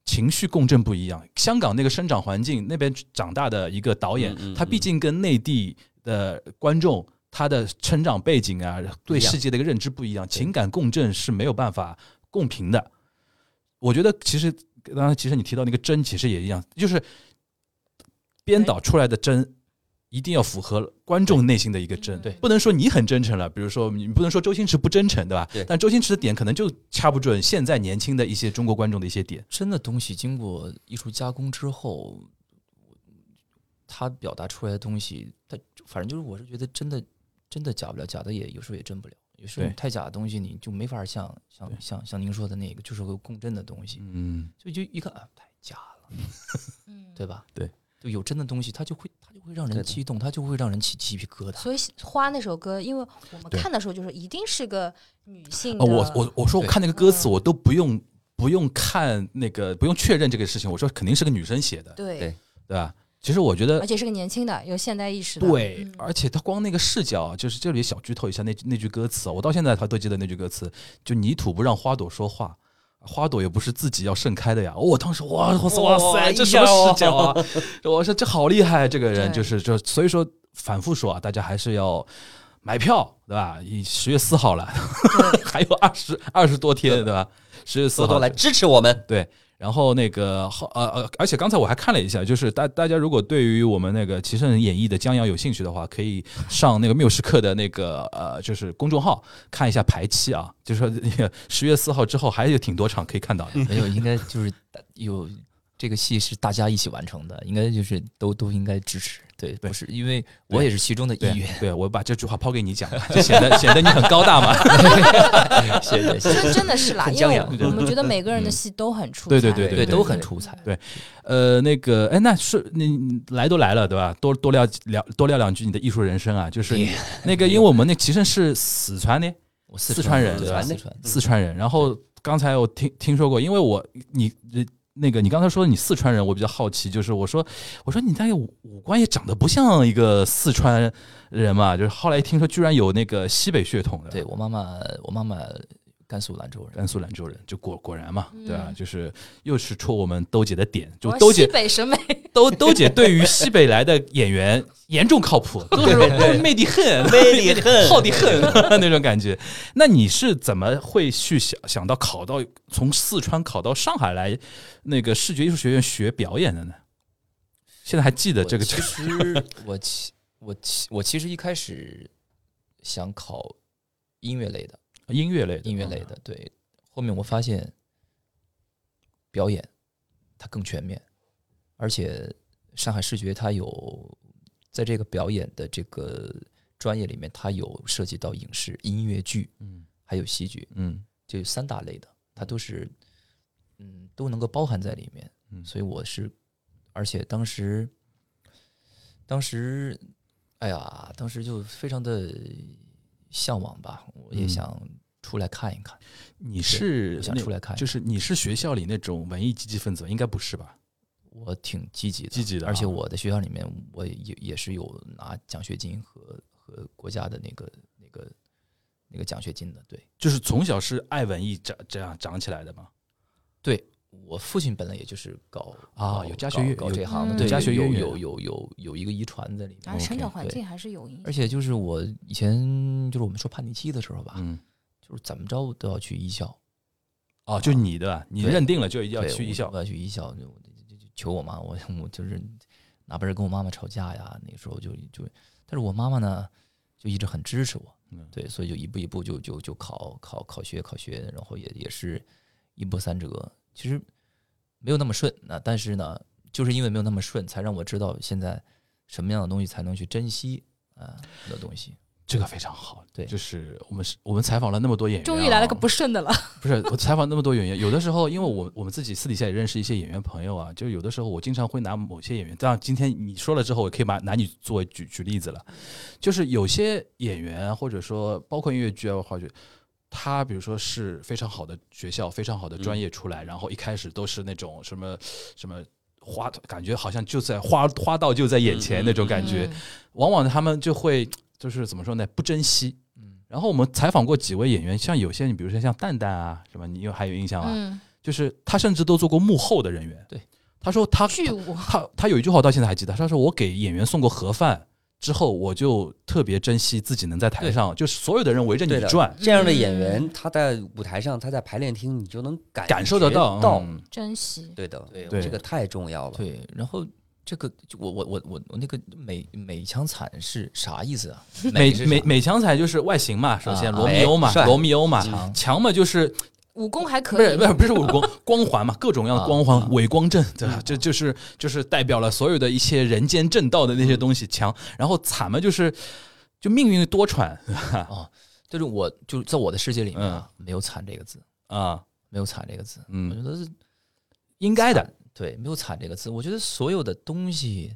情绪共振不一样。香港那个生长环境，那边长大的一个导演，嗯嗯他毕竟跟内地的观众他的成长背景啊，对世界的一个认知不一样，情感共振是没有办法共频的。我觉得其实刚才其实你提到那个真，其实也一样，就是编导出来的真一定要符合观众内心的一个真，对不能说你很真诚了，比如说你不能说周星驰不真诚，对吧？对但周星驰的点可能就掐不准现在年轻的一些中国观众的一些点，真的东西经过艺术加工之后，它表达出来的东西，它反正就是我是觉得真的真的假不了，假的也有时候也真不了。有时候对你太假的东西，你就没法像对像像像您说的那个，就是个共振的东西，嗯，就就一看啊，太假了，嗯对吧？对，就有真的东西，它就会它就会让对人的激动，它就会让人起鸡皮疙瘩。所以花那首歌，因为我们对看的时候就是一定是个女性的，嗯哦，我我我说我对看那个歌词，我都不用不用看那个不用确认这个事情，我说肯定是个女生写的，对对，对吧？其实我觉得而且是个年轻的，有现代意识的，对嗯，而且他光那个视角，就是这里小剧透一下那那句歌词啊，我到现在还都记得那句歌词，就泥土不让花朵说话。花朵也不是自己要盛开的呀！哦我、当时哇哇塞哇哇塞，这什哎么呀视角啊！我说这好厉害，这个人对就是这，所以说反复说啊，大家还是要买票，对吧？十月四号了， 还有二十二十多天，对吧？十月四多号多来支持我们，对，然后那个后呃呃，而且刚才我还看了一下，就是大大家如果对于我们那个齐胜演绎的江阳有兴趣的话，可以上那个缪斯克的那个呃，就是公众号看一下排期啊，就是说那个十月四号之后还有挺多场可以看到的。没有，应该就是大有这个戏是大家一起完成的，应该就是都都应该支持。对，对不是因为我也是其中的一对员， 对，我把这句话抛给你讲，就显得显得你很高大嘛。谢谢谢谢。真真的是 啦，很因张为扬我们觉得每个人的戏都很出嗯对彩，对对对，都很出彩。呃，那个，哎，那是你你来都来了，对吧？多多聊聊多聊两句你的艺术人生啊，就 是你那个，因为我们那齐胜是四川的，我四川人对对吧？吧四川四川人。然后刚才我听听说过，因为我你呃那个你刚才说你四川人，我比较好奇，就是我说我说你那个五五官也长得不像一个四川人嘛，就是后来听说居然有那个西北血统的，对我妈妈，我妈妈甘肃兰州人，甘肃兰州人，就果果然嘛，对嗯吧、就是又是戳我们兜姐的点，就哦我兜西姐 北审美，兜兜姐对于西北来的演员严重靠谱，都是都是媚的 很，魅 力很好的很那种感觉。那你是怎么会去想想到考到从四川考到上海来那个视觉艺术学院学表演的呢？现在还记得我这个其实我其我其我其实一开始想考音乐类的，音乐类的音乐类的，对。后面我发现表演它更全面，而且上海视觉它有在这个表演的这个专业里面，它有涉及到影视、音乐剧，嗯还有戏剧，嗯嗯就有三大类的，它都是嗯都能够包含在里面。嗯所以我是，而且当时，当时，哎呀，当时就非常的向往吧，我也嗯想出来看一看，你是我想那出来看一就看，是你是学校里那种文艺积极分子，应该不是吧？我挺积极的，积极的啊而且我的学校里面，我也也是有拿奖学金和和国家的那个那个那个奖学金的，对。就是从小是爱文艺长这样长起来的嘛。我父亲本来也就是搞啊搞有家学渊搞搞有这行的，嗯对，家学渊源有有有有有一个遗传在里面。然后生长 OK，环对境还是有影响。而且就是我以前就是我们说叛逆期的时候吧，嗯，就是怎么着都要去艺校，哦，就你的，你对认定了就一定要对去艺校我。要去艺校，就就就求我妈，我我就是哪怕是跟我妈妈吵架呀，那个时候就就，但是我妈妈呢就一直很支持我，嗯对，所以就一步一步就就就考考考学考学，然后也也是一波三折，其实没有那么顺，那但是呢，就是因为没有那么顺，才让我知道现在什么样的东西才能去珍惜啊，很多东西，这个非常好，对就是我们是我们采访了那么多演员啊，终于来了个不顺的了，不是我采访那么多演员，有的时候因为我我们自己私底下也认识一些演员朋友啊，就有的时候我经常会拿某些演员，当然今天你说了之后，我可以把拿你作为举举例子了，就是有些演员啊或者说包括音乐剧啊、话剧，他比如说是非常好的学校、非常好的专业出来，然后一开始都是那种什么什么花，感觉好像就在花花到就在眼前嗯那种感觉，往往他们就会就是怎么说呢，不珍惜。然后我们采访过几位演员，像有些你比如说像蛋蛋啊，什么你有还有印象吧？嗯，就是他甚至都做过幕后的人员。对，他说他巨 无他他有一句话我到现在还记得，他说我给演员送过盒饭之后，我就特别珍惜自己能在台上，就是所有的人围着你对的哎转，这样的演员，他在舞台上，他在排练厅，你就能感感受得觉到。到，嗯珍惜，对的，对对这个太重要了。对，然后。这个就我我我我我那个美美强惨是啥意思啊？美是啥美美强才就是外形嘛，首先啊罗密欧嘛，美帅罗密欧嘛，强强嘛就是武功还可不是以不，是不是武功光 环嘛，各种样的光环、伪光正，对吧？这就是就是代表了所有的一些人间正道的那些东西强，然后惨嘛就是就命运多舛就是我就是在我的世界里面啊，没有“惨”这个字，啊，没有“惨”这个字。我觉嗯，得是应该的惨，对，没有“惨”这个字。我觉得所有的东西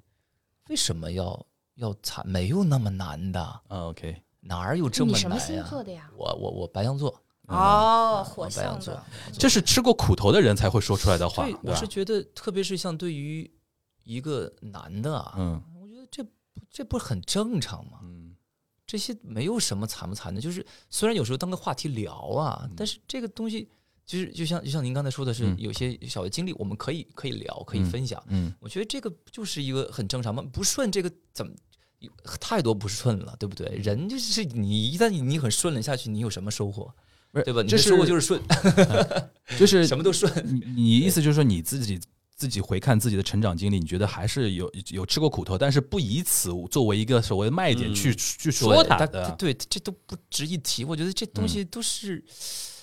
为什么要要惨？没有那么难的，嗯，OK，哪儿有这你么什么难星呀、座的呀？我我我白羊座，哦，我火白象羊座的，，这是吃过苦头的人才会说出来的话，对对，吧我是觉得，特别是像对于一个男的啊，嗯我觉得这不这不是很正常吗？嗯，这些没有什么惨不惨的，就是虽然有时候当个话题聊啊，但是这个东西就是就像就像您刚才说的是，嗯有些小的经历我们可以可以聊，可以分享。嗯，我觉得这个就是一个很正常嘛，不顺这个怎么太多不顺了，对不对？人就是你一旦你很顺了下去，你有什么收获？不是对吧？你这的是收获就是顺，就是 什么都顺。你你意思就是说你自己自己回看自己的成长经历，你觉得还是有有吃过苦头，但是不以此作为一个所谓的卖点嗯去去对说它它的，啊嗯对，这都不值一提。我觉得这东西都是，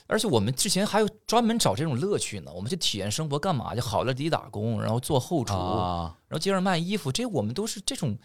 而且我们之前还有专门找这种乐趣呢。我们去体验生活干嘛去？好乐迪打工，然后做后厨，啊，然后接着卖衣服，这我们都是这种，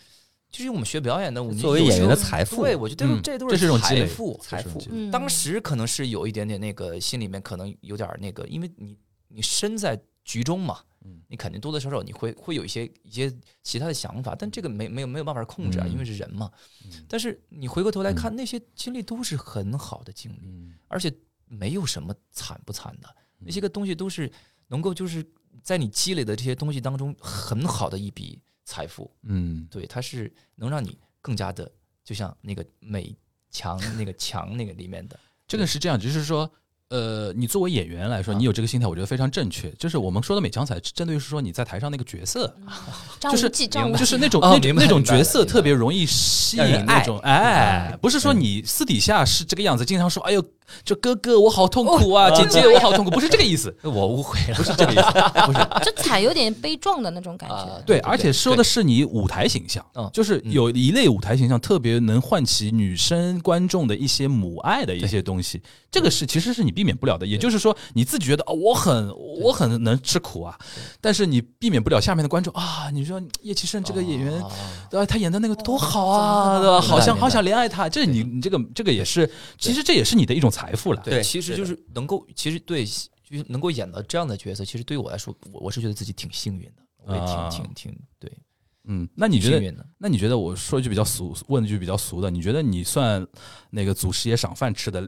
就是我们学表演的，我们作为有时演员的候财富对，我觉得嗯这都这是一种积累财富。财富，嗯嗯当时可能是有一点点那个，心里面可能有点那个，因为你你身在局中嘛嗯。你肯定多多少少你会会有一些一些其他的想法，但这个没没有没有办法控制啊，嗯因为是人嘛。嗯但是你回过头来看，那些经历都是很好的经历，嗯而且没有什么惨不惨的，那些个东西都是能够就是在你积累的这些东西当中很好的一笔财富，嗯。对，它是能让你更加的，就像那个美强那个强那个里面的，这个是这样，就是说，呃，你作为演员来说，啊你有这个心态，我觉得非常正确。就是我们说的美强才，针对于是说你在台上那个角色，张就无是忌，张无忌就是那种哦那明种白那种明白角色明白特别容易吸让引人那爱嗯种，哎，不是说你私底下是这个样子，经常说，哎呦，这哥哥我好痛苦哦啊，姐姐我好痛苦，不是这个意思，我误会了，不是这个意思，不是。 就踩有点悲壮的那种感啊觉。对，而且说的是你舞台形象嗯，就是嗯有一类舞台形象特别能唤起女生观众的一些母爱的一些东西，这个是其实是你避免不了的。也就是说，你自己觉得哦，我很我很能吃苦啊，但是你避免不了下面的观众啊，你说叶启胜这个演员。啊对吧？他演的那个多好啊，对吧？明白好想明白好想怜爱他，这你你这个这个也是，其实这也是你的一种财富了。对，其实就是能够，其实对就是能够演到这样的角色，其实对于我来说，我我是觉得自己挺幸运的，我也挺、啊挺挺对，嗯，那你觉挺幸得？运的。那你觉得我说一句比较俗，问一句比较俗的，你觉得你算那个祖师爷赏饭吃的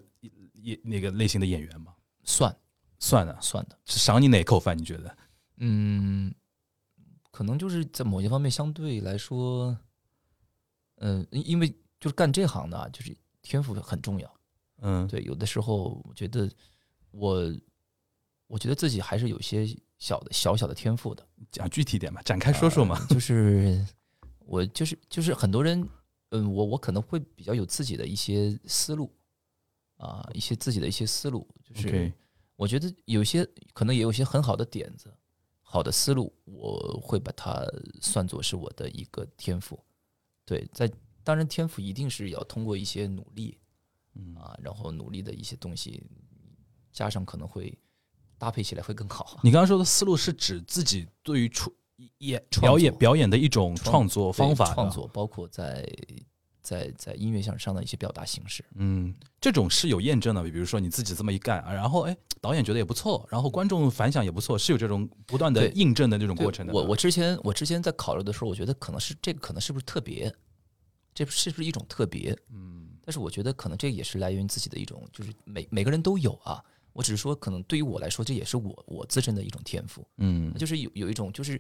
也那个类型的演员吗？算算的，算的，赏你哪口饭？你觉得？嗯，可能就是在某些方面相对来说，嗯、因因为就是干这行的啊，就是天赋很重要。嗯，对，有的时候我觉得我，我觉得自己还是有些小的小小的天赋的。讲具体点嘛，展开说说嘛。呃就是我就是就是很多人，嗯，我我可能会比较有自己的一些思路啊、一些自己的一些思路，就是。 OK，我觉得有些可能也有些很好的点子、好的思路，我会把它算作是我的一个天赋。对，在当然天赋一定是要通过一些努力嗯啊，然后努力的一些东西，加上可能会搭配起来会更 好。你刚刚说的思路是指自己对于出演创表演作表演的一种创创作方法对的创。作，包括在在在音乐上上的一些表达形式。嗯，这种是有验证的，比如说你自己这么一干，啊然后哎，导演觉得也不错，然后观众反响也不错，是有这种不断的对印证的这种对过程的。我我之前我之前在考虑的时候，我觉得可能是这个可能是不是特别，这是不是一种特别？嗯但是我觉得可能这也是来源于自己的一种，就是每每个人都有啊。我只是说，可能对于我来说，这也是我我自身的一种天赋，嗯就是有有一种就是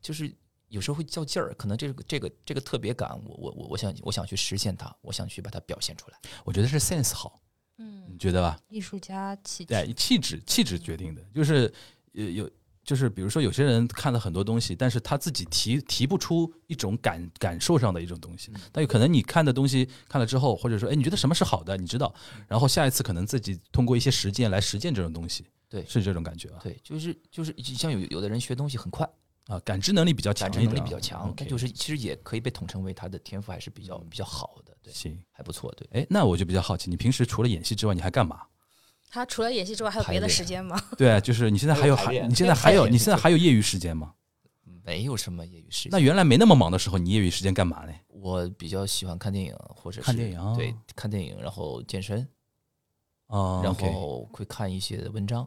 就是有时候会较劲儿，可能这个这个这个特别感，我我我我想我想去实现它，我想去把它表现出来。我觉得是 sense 好，你嗯，觉得吧？艺术家气质，对，哎气质气质决定的，就是呃有就是比如说有些人看了很多东西，但是他自己提提不出一种感感受上的一种东西，嗯但有可能你看的东西看了之后，或者说哎你觉得什么是好的，你知道，嗯然后下一次可能自己通过一些实践来实践这种东西，对是这种感觉吧？对，就是就是像有有的人学东西很快，啊，感知能力比较强感一知点啊，能力比较强， OK 嗯那就是其实也可以被统称为他的天赋还是比较比较好的，对，行。还不错，对。哎，那我就比较好奇，你平时除了演戏之外，你还干嘛？他除了演戏之外还有别排的练时间吗？对，啊就是你现在 还有还你现在还有你现在还有业余时间吗？没有什么业余时间嗯那。原来没那么忙的时候，你业余时间干嘛呢？我比较喜欢看电影，或者是看电影啊对，看电影，然后健身，啊，然 OK 后会看一些文章。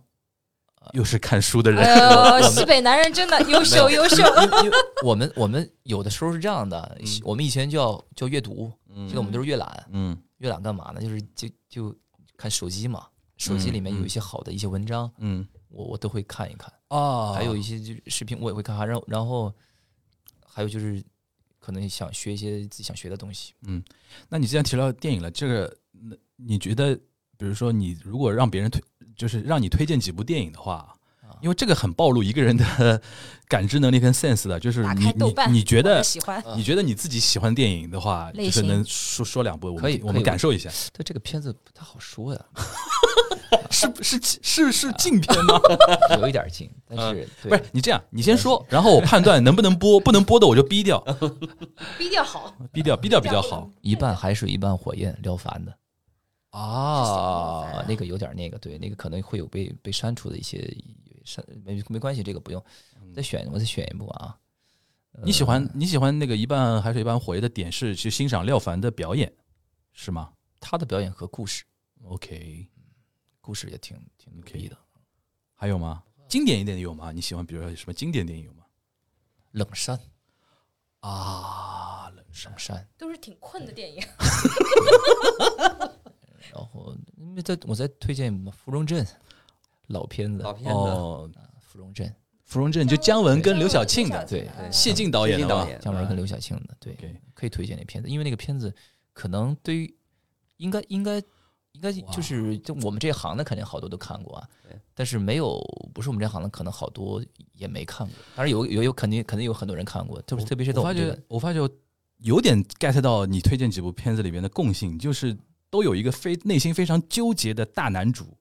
又是看书的 人，哎呦，西北男人真的优秀优秀，因为我们我们有的时候是这样的，我们以前叫叫阅读，嗯现在我们都是阅览。 嗯阅览干嘛呢？就是就就看手机嘛，手机里面嗯嗯有一些好的一些文章，嗯我我都会看一看，哦还有一些就是视频我也会看，然后然后还有就是可能想学一些自己想学的东西。那你既然提到电影了，这个那你觉得，比如说你如果让别人推，就是让你推荐几部电影的话，啊因为这个很暴露一个人的 感知能力跟 sense 的，就是打你开豆你瓣，你觉我得的。喜欢你觉得你自己喜欢电影的话，类就是型能说说两部，我们可以我可们以感受一下，但这个片子不太好说 呀，是是是是禁片吗？有一点近，但嗯是对不是，你这样，你先说，然后我判断能不能播，不能播的我就逼掉，低调好，逼掉，逼掉比较好一半海水一半火焰，廖凡的啊啊，那个有点那个，对，那个可能会有被被删除的一些删，没没关系，这个不用。再选，我再选一部啊。你喜欢你喜欢那个一半海水一半火焰的点是去欣赏廖凡的表演，是吗他的表演和故事， ？OK，故事也挺挺牛逼的。还有吗？经典一点的有吗？你喜欢比如说有什么经典电影有吗？冷山，啊，冷山冷山，都是挺困的电影。然后那再我再推荐一部《芙蓉镇》，老片子，老片子，哦，芙蓉镇》芙蓉镇就姜文跟刘晓庆的，对哎谢晋导演的导吧？演姜文跟刘晓庆的，对， OK 可以推荐那片子，因为那个片子可能对于应该应该应该哇就是就我们这行的肯定好多都看过啊对，但是没有不是我们这行的可能好多也没看过，当然有有有肯定肯定有很多人看过，特别特别是在我我发们这觉个，我发觉有点 get 到你推荐几部片子里面的共性，就是都有一个非内心非常纠结的大男主，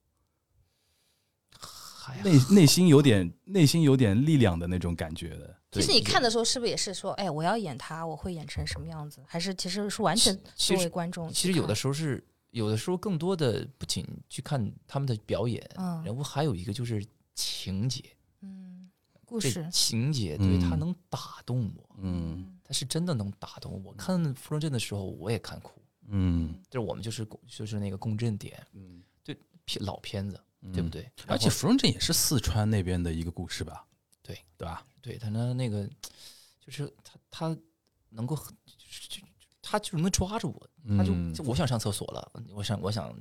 嗨内内心有点内心有点力量的那种感觉的。其实对你看的时候，是不是也是说，哎，我要演他，我会演成什么样子？还是其实是完全其作为实观众去看？其实有的时候是有的时候更多的不仅去看他们的表演，嗯然后还有一个就是情节，嗯，故这事情节对他嗯能打动我，嗯他是真的能打动我。我看《芙蓉镇》的时候，我也看哭。嗯就是我们就是共就是那个共振点，嗯片老片子，对不对？而且芙蓉镇也是四川那边的一个故事吧？对对吧？对他那那个，就是他他能够很，就就他就是能抓住我，他就嗯就我想上厕所了，我想我想，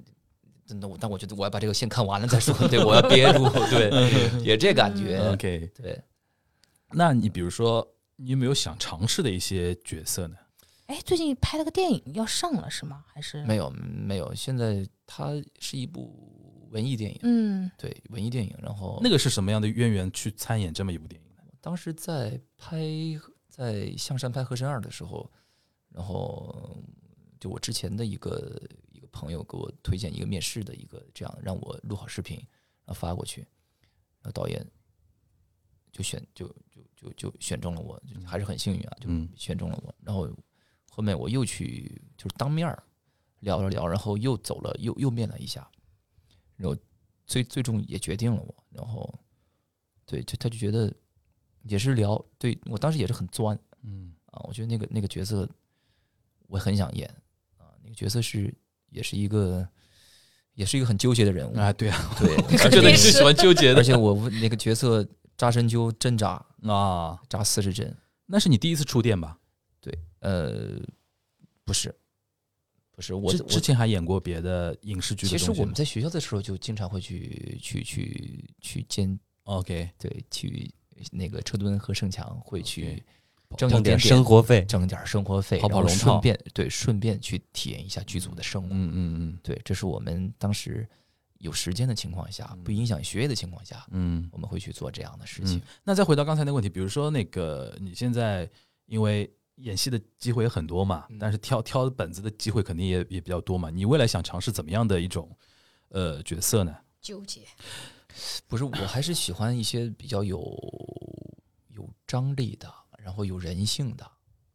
真的我但我觉得我要把这个先看完了再 说，对我要憋住，对，也这感觉， OK，对，那你比如说，你有没有想尝试的一些角色呢？哎，最近拍了个电影要上了是吗？还是没有没有，现在它是一部文艺电影，嗯对文艺电影，然后那个是什么样的渊源去参演这么一部电影呢？当时在拍在象山拍《河神二》的时候，然后就我之前的一个一个朋友给我推荐一个面试的一个这样让我录好视频，然后发过去，然后导演就选就就就就选中了我，就还是很幸运啊，就嗯选中了我。然后后面我又去就是当面儿聊了聊，然后又走了又又面了一下，然后最最终也决定了我，然后对就他就觉得也是聊，对我当时也是很钻嗯啊，我觉得那个那个角色我很想演啊，那个角色是也是一个也是一个很纠结的人物，啊，对啊，对，我觉得你是喜欢纠结 而的且我那个角色扎针灸针扎啊。扎四十针，那是你第一次触电吧？呃，不是，不是我之我之前还演过别的影视剧其的东西实吗。我们在学校的时候就经常会去去去去监 OK 对去那个车墩和盛强会去 OK 挣一点生点活费，挣点生活费，跑跑然后龙顺套便对顺便去体验一下剧组的生活。嗯。嗯对，这是我们当时有时间的情况下，不影响学业的情况下，嗯我们会去做这样的事嗯情嗯。。那再回到刚才那个问题，比如说那个你现在因为演戏的机会也很多嘛，嗯但是挑挑本子的机会肯定也也比较多嘛。你未来想尝试怎么样的一种呃角色呢？纠结。不是，我还是喜欢一些比较有有张力的，然后有人性的，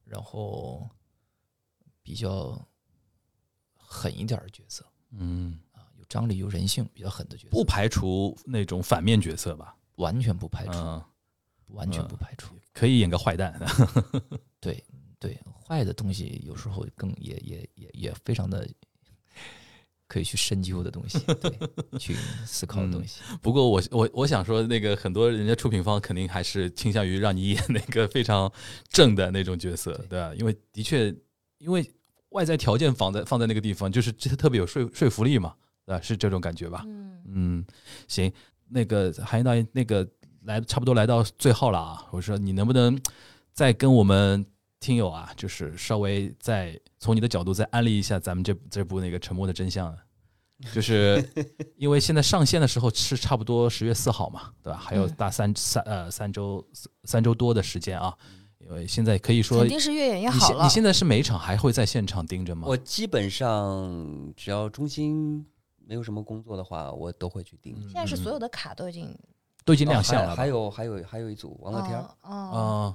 然后比较狠一点儿的角色嗯，啊，有张力、有人性、比较狠的角不色，排除那种反面角色吧，完全不排除，嗯，完全嗯不排除。可以演个坏蛋。对对，坏的东西有时候更也也也也非常的。可以去深究的东西，对，去思考的东西。不过我我我想说，那个很多人家出品方肯定还是倾向于让你演那个非常正的那种角色，对对吧？因为的确，因为外在条件放在放在那个地方，就是这特别有说说服力嘛，对吧？是这种感觉吧？嗯，嗯，行，那个韩英导演，那个来差不多来到最后了啊，我说你能不能再跟我们听友啊，就是稍微再从你的角度再安利一下咱们这这部那个《沉默的真相》啊，就是 因为现在上线的时候是差不多十月四号嘛，对吧？还有嗯大三三呃三周三周多的时间啊，嗯因为现在可以说肯你定是越演越好现了。你现在是每一场还会在现场盯着吗？我基本上只要中心没有什么工作的话，我都会去定。嗯现在是所有的卡都已经都已经哦亮相还了吧，还有还有还有一组王乐天儿，哦，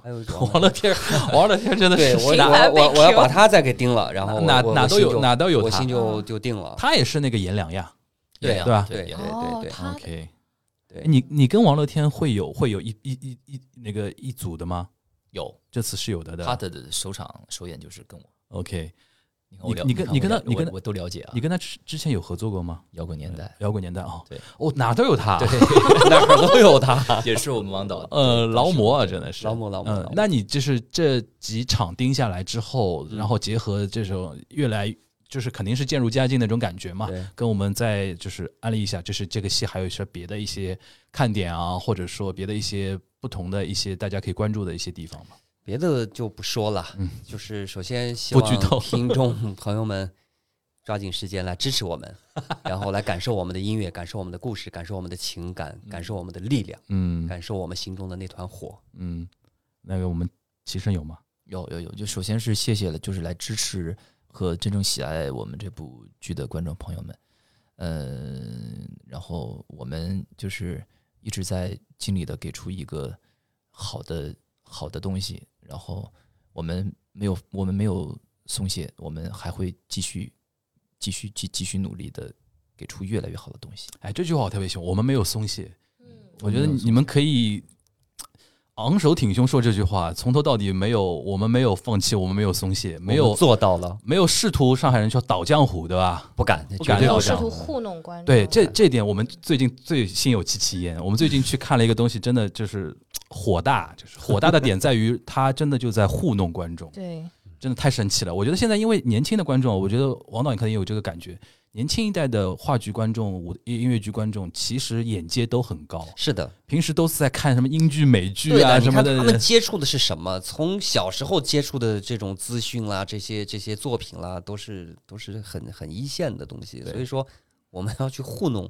啊，还 有一组王乐天儿，王乐天儿真的对是我哪我我我要把他再给定了，然后我哪我哪我都心有就哪都有我他心，就就定了。他也是那个颜良呀。对对对吧对对对哦对对他 OK，对，你你跟王乐天会有会有一一一一那个一组的吗？有这次是有的的。他的首场首演就是跟我， OK，你看我你了你跟看你我跟了他你我跟他我都了解啊，你跟他之之前有合作过吗？摇滚年 代，摇滚年代啊，对，哦，哪都有他。哪儿都有他。也是我们王导呃，劳模啊，真的是劳模劳模劳嗯模，那你就是这几场盯下来之后，嗯然后结合这种越来。就是肯定是渐入佳境那种感觉嘛对，跟我们再就是安利一下，就是这个戏还有一些别的一些看点啊，或者说别的一些不同的一些大家可以关注的一些地方嘛。别的就不说了，就是首先希嗯不剧透望听众朋友们抓紧时间来支持我们，然后来感受我们的音乐，感受我们的故事，感受我们的情感，感受我们的力量，嗯感受我们心中的那团火。嗯，那个我们齐声有吗？有有有，就首先是谢谢了，就是来支持和真正喜爱我们这部剧的观众朋友们，嗯，然后我们就是一直在尽力的给出一个好的好的东西，然后我们没有我们没有松懈，我们还会继续继续继继续努力的给出越来越好的东西。哎，这句话我特别喜欢，我们没有松懈。嗯我觉得没有松懈你们可以昂首挺胸说这句话，从头到底没有，我们没有放弃，我们没有松懈，没我有们做到了，没有试图上海人说倒江湖，对吧？不敢，不绝敢对没有到不哦试敢图。糊弄观众。对，这这点我们最近最心有戚戚焉。我们最近去看了一个东西，真的就是火大，就是火大的点在于他真的就在糊弄观众，对真的太神奇了。我觉得现在因为年轻的观众，我觉得王导演可能也有这个感觉，年轻一代的话剧观众、舞音乐剧观众，其实眼界都很高，是的，平时都是在看什么英剧、美剧对啊的，你什么看的他。们接触的是什么？从小时候接触的这种资讯啦，这些这些作品啦，都是都是很很一线的东西。对所以说，我们要去糊弄，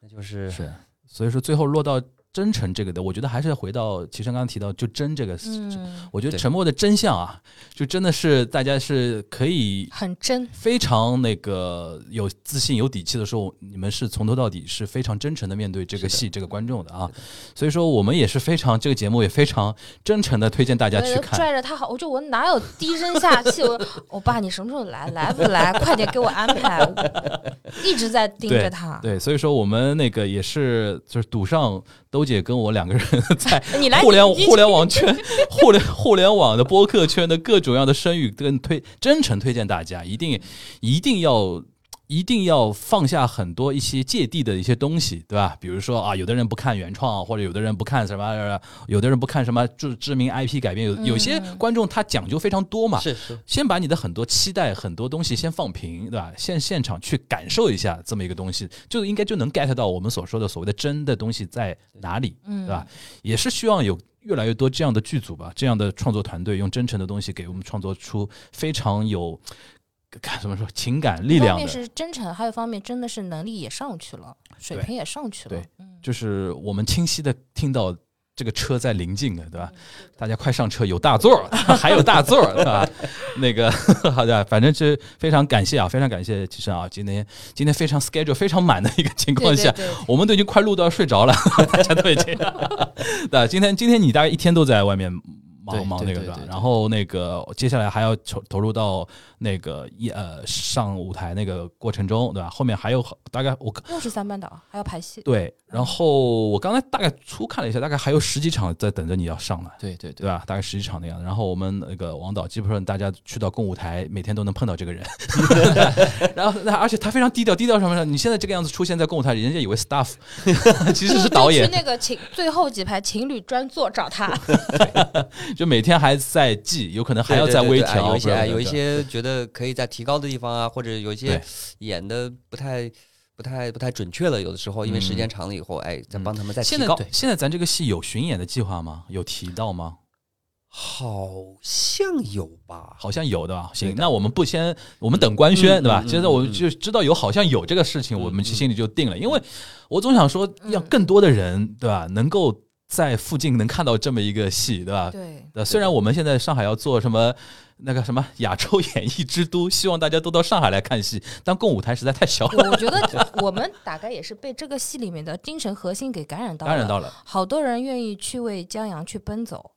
那就是是，所以说最后落到真诚这个的，我觉得还是回到齐生刚刚提到就真这个事情，嗯，我觉得对沉默的真相啊，就真的是大家是可以很真，非常那个有自信、有底气的时候，你们是从头到底是非常真诚的面对这个是的戏、这个观众的啊是。所以说，我们也是非常这个节目也非常真诚的推荐大家我去就看。拽着他好，我就我哪有低声下气？我我爸，你什么时候来？来不来？快点给我安 排！一直在盯着他，对，所以说我们那个也是就是赌上兜姐跟我两个人 在哎你来，互联你互联 网圈、互联互联网的播客圈的各种样的声誉跟推，真诚推荐大家，一定一定要。一定要放下很多一些芥蒂的一些东西，对吧？比如说啊，有的人不看原创，或者有的人不看什么，有的人不看什么知知名 IP 改编，有有些嗯观众他讲究非常多嘛，是是先把你的很多期待、很多东西先放平，对吧？现现场去感受一下这么一个东西，就应该就能 get 到我们所说的所谓的真的东西在哪里，嗯对吧？也是希望有越来越多这样的剧组吧，这样的创作团队，用真诚的东西给我们创作出非常有，看怎么说情感力一方量面的。是真诚，还有一方面真的是能力也上去了，水对平也上去了对。就是我们清晰的听到这个车在临近了，对吧？大家快上车，有大座儿， 还有大座儿，对吧？ 那个好的，反正是非常感谢啊，非常感谢齐生啊，今天今天非常 schedule 非常满的一个情况下，对 我们都已经快录到睡着了， 大家都已经。 对，今天今天你大概一天都在外面忙对忙那对个对吧对？对然后那个接下来还要投投入到那个一呃上舞台那个过程中，对吧？后面还有大概我又是三班倒，还要排戏。对，然后我刚才大概粗看了一下，大概还有十几场在等着你要上来，对对对对，吧？大概十几场那样。然后我们那个王导，基本上大家去到共舞台，每天都能碰到这 个人。 然后，那而且他非常低调，低调什么呢？你现在这个样子出现在共舞台，人家以为 staff，其 实是导演就去。那个情最后几排情侣专座找他，就每天还在记，有可能还要对对再对微对哎调，有一些不哎然有一些觉得可以在提高的地方啊，或者有一些对演的不太不太不太准确了，有的时候因为时间长了以后，哎，再帮他们再提嗯现在高。对现在咱这个戏有巡演的计划吗？有提到吗？好像有吧？好像有的吧？对行，的那我们不先，我们等官宣，嗯对吧？嗯现在嗯我嗯就知道有，好像有这个事情，嗯我们其实心里就定了。因嗯为我总想说，让更多的人，对吧，能够在附近能看到这么一个戏，对吧？对，呃，虽然我们现在上海要做什么那个什么亚洲演艺之都， 希望大家都到上海来看戏，但共舞台实在太小了，我觉 得我们大概也是被这个戏里面的精神核心给感染到了，感染到了。好多人愿意去为江阳去奔走，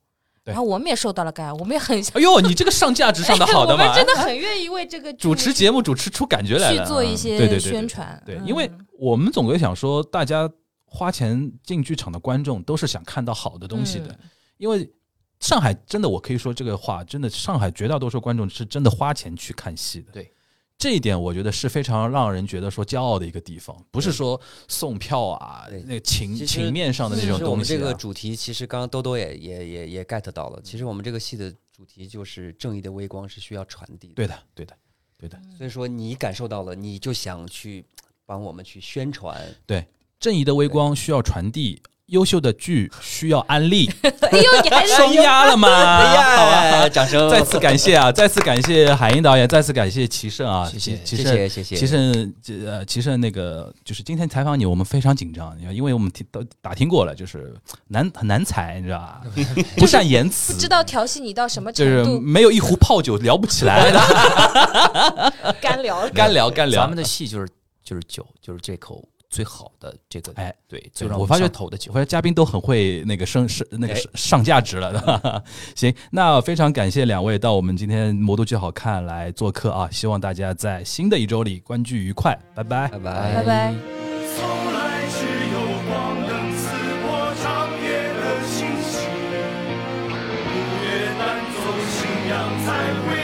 对然后我们也受到了感染，我们也很哎呦，你这个上价值上的好的哎我 们嘛！真的很愿意为这个主持节目主持出感觉来去了，做嗯对一对些对对宣传，对，嗯因为我们总归想说，大家花钱进剧场的观众都是想看到好的东西的，嗯因为上海真的，我可以说这个话，真的，上海绝大多数观众是真的花钱去看戏的。对。这一点我觉得是非常让人觉得说骄傲的一个地方，不是对说送票啊对，那个情其实情面上的那其种实我东们西、啊。这个主题，其实刚刚兜兜也也也也 get 到了。其实我们这个戏的主题就是正义的微光是需要传递的。对的，对的，对的。所以说你感受到了，你就想去帮我们去宣传。正义的微光需要传递，优秀的剧需要安利，哎呦，你还 双压了吗？好吧，好吧掌声！再次感谢啊！再次感谢海英导演，再次感谢齐胜啊！谢谢齐齐谢胜，谢谢谢，齐胜，呃，齐胜那个就是今天采访你，我们非常紧张，因为我们听都打听过了，就是难很难采，你知道吧？不善言辞，不知道调戏你到什么就程是度，没有一壶泡酒聊不起来的，干聊， 干聊干聊咱们。的戏就是就是酒，就是这口最好的这个，哎，对，对最让我发觉头的酒我。发现嘉宾都很会那个升是那个上上价值了 的。行，那非常感谢两位到我们今天《魔都剧好看》来做客啊！希望大家在新的一周里观剧愉快，拜拜。拜拜拜。拜。从来只有光能刺破长夜的星星。 we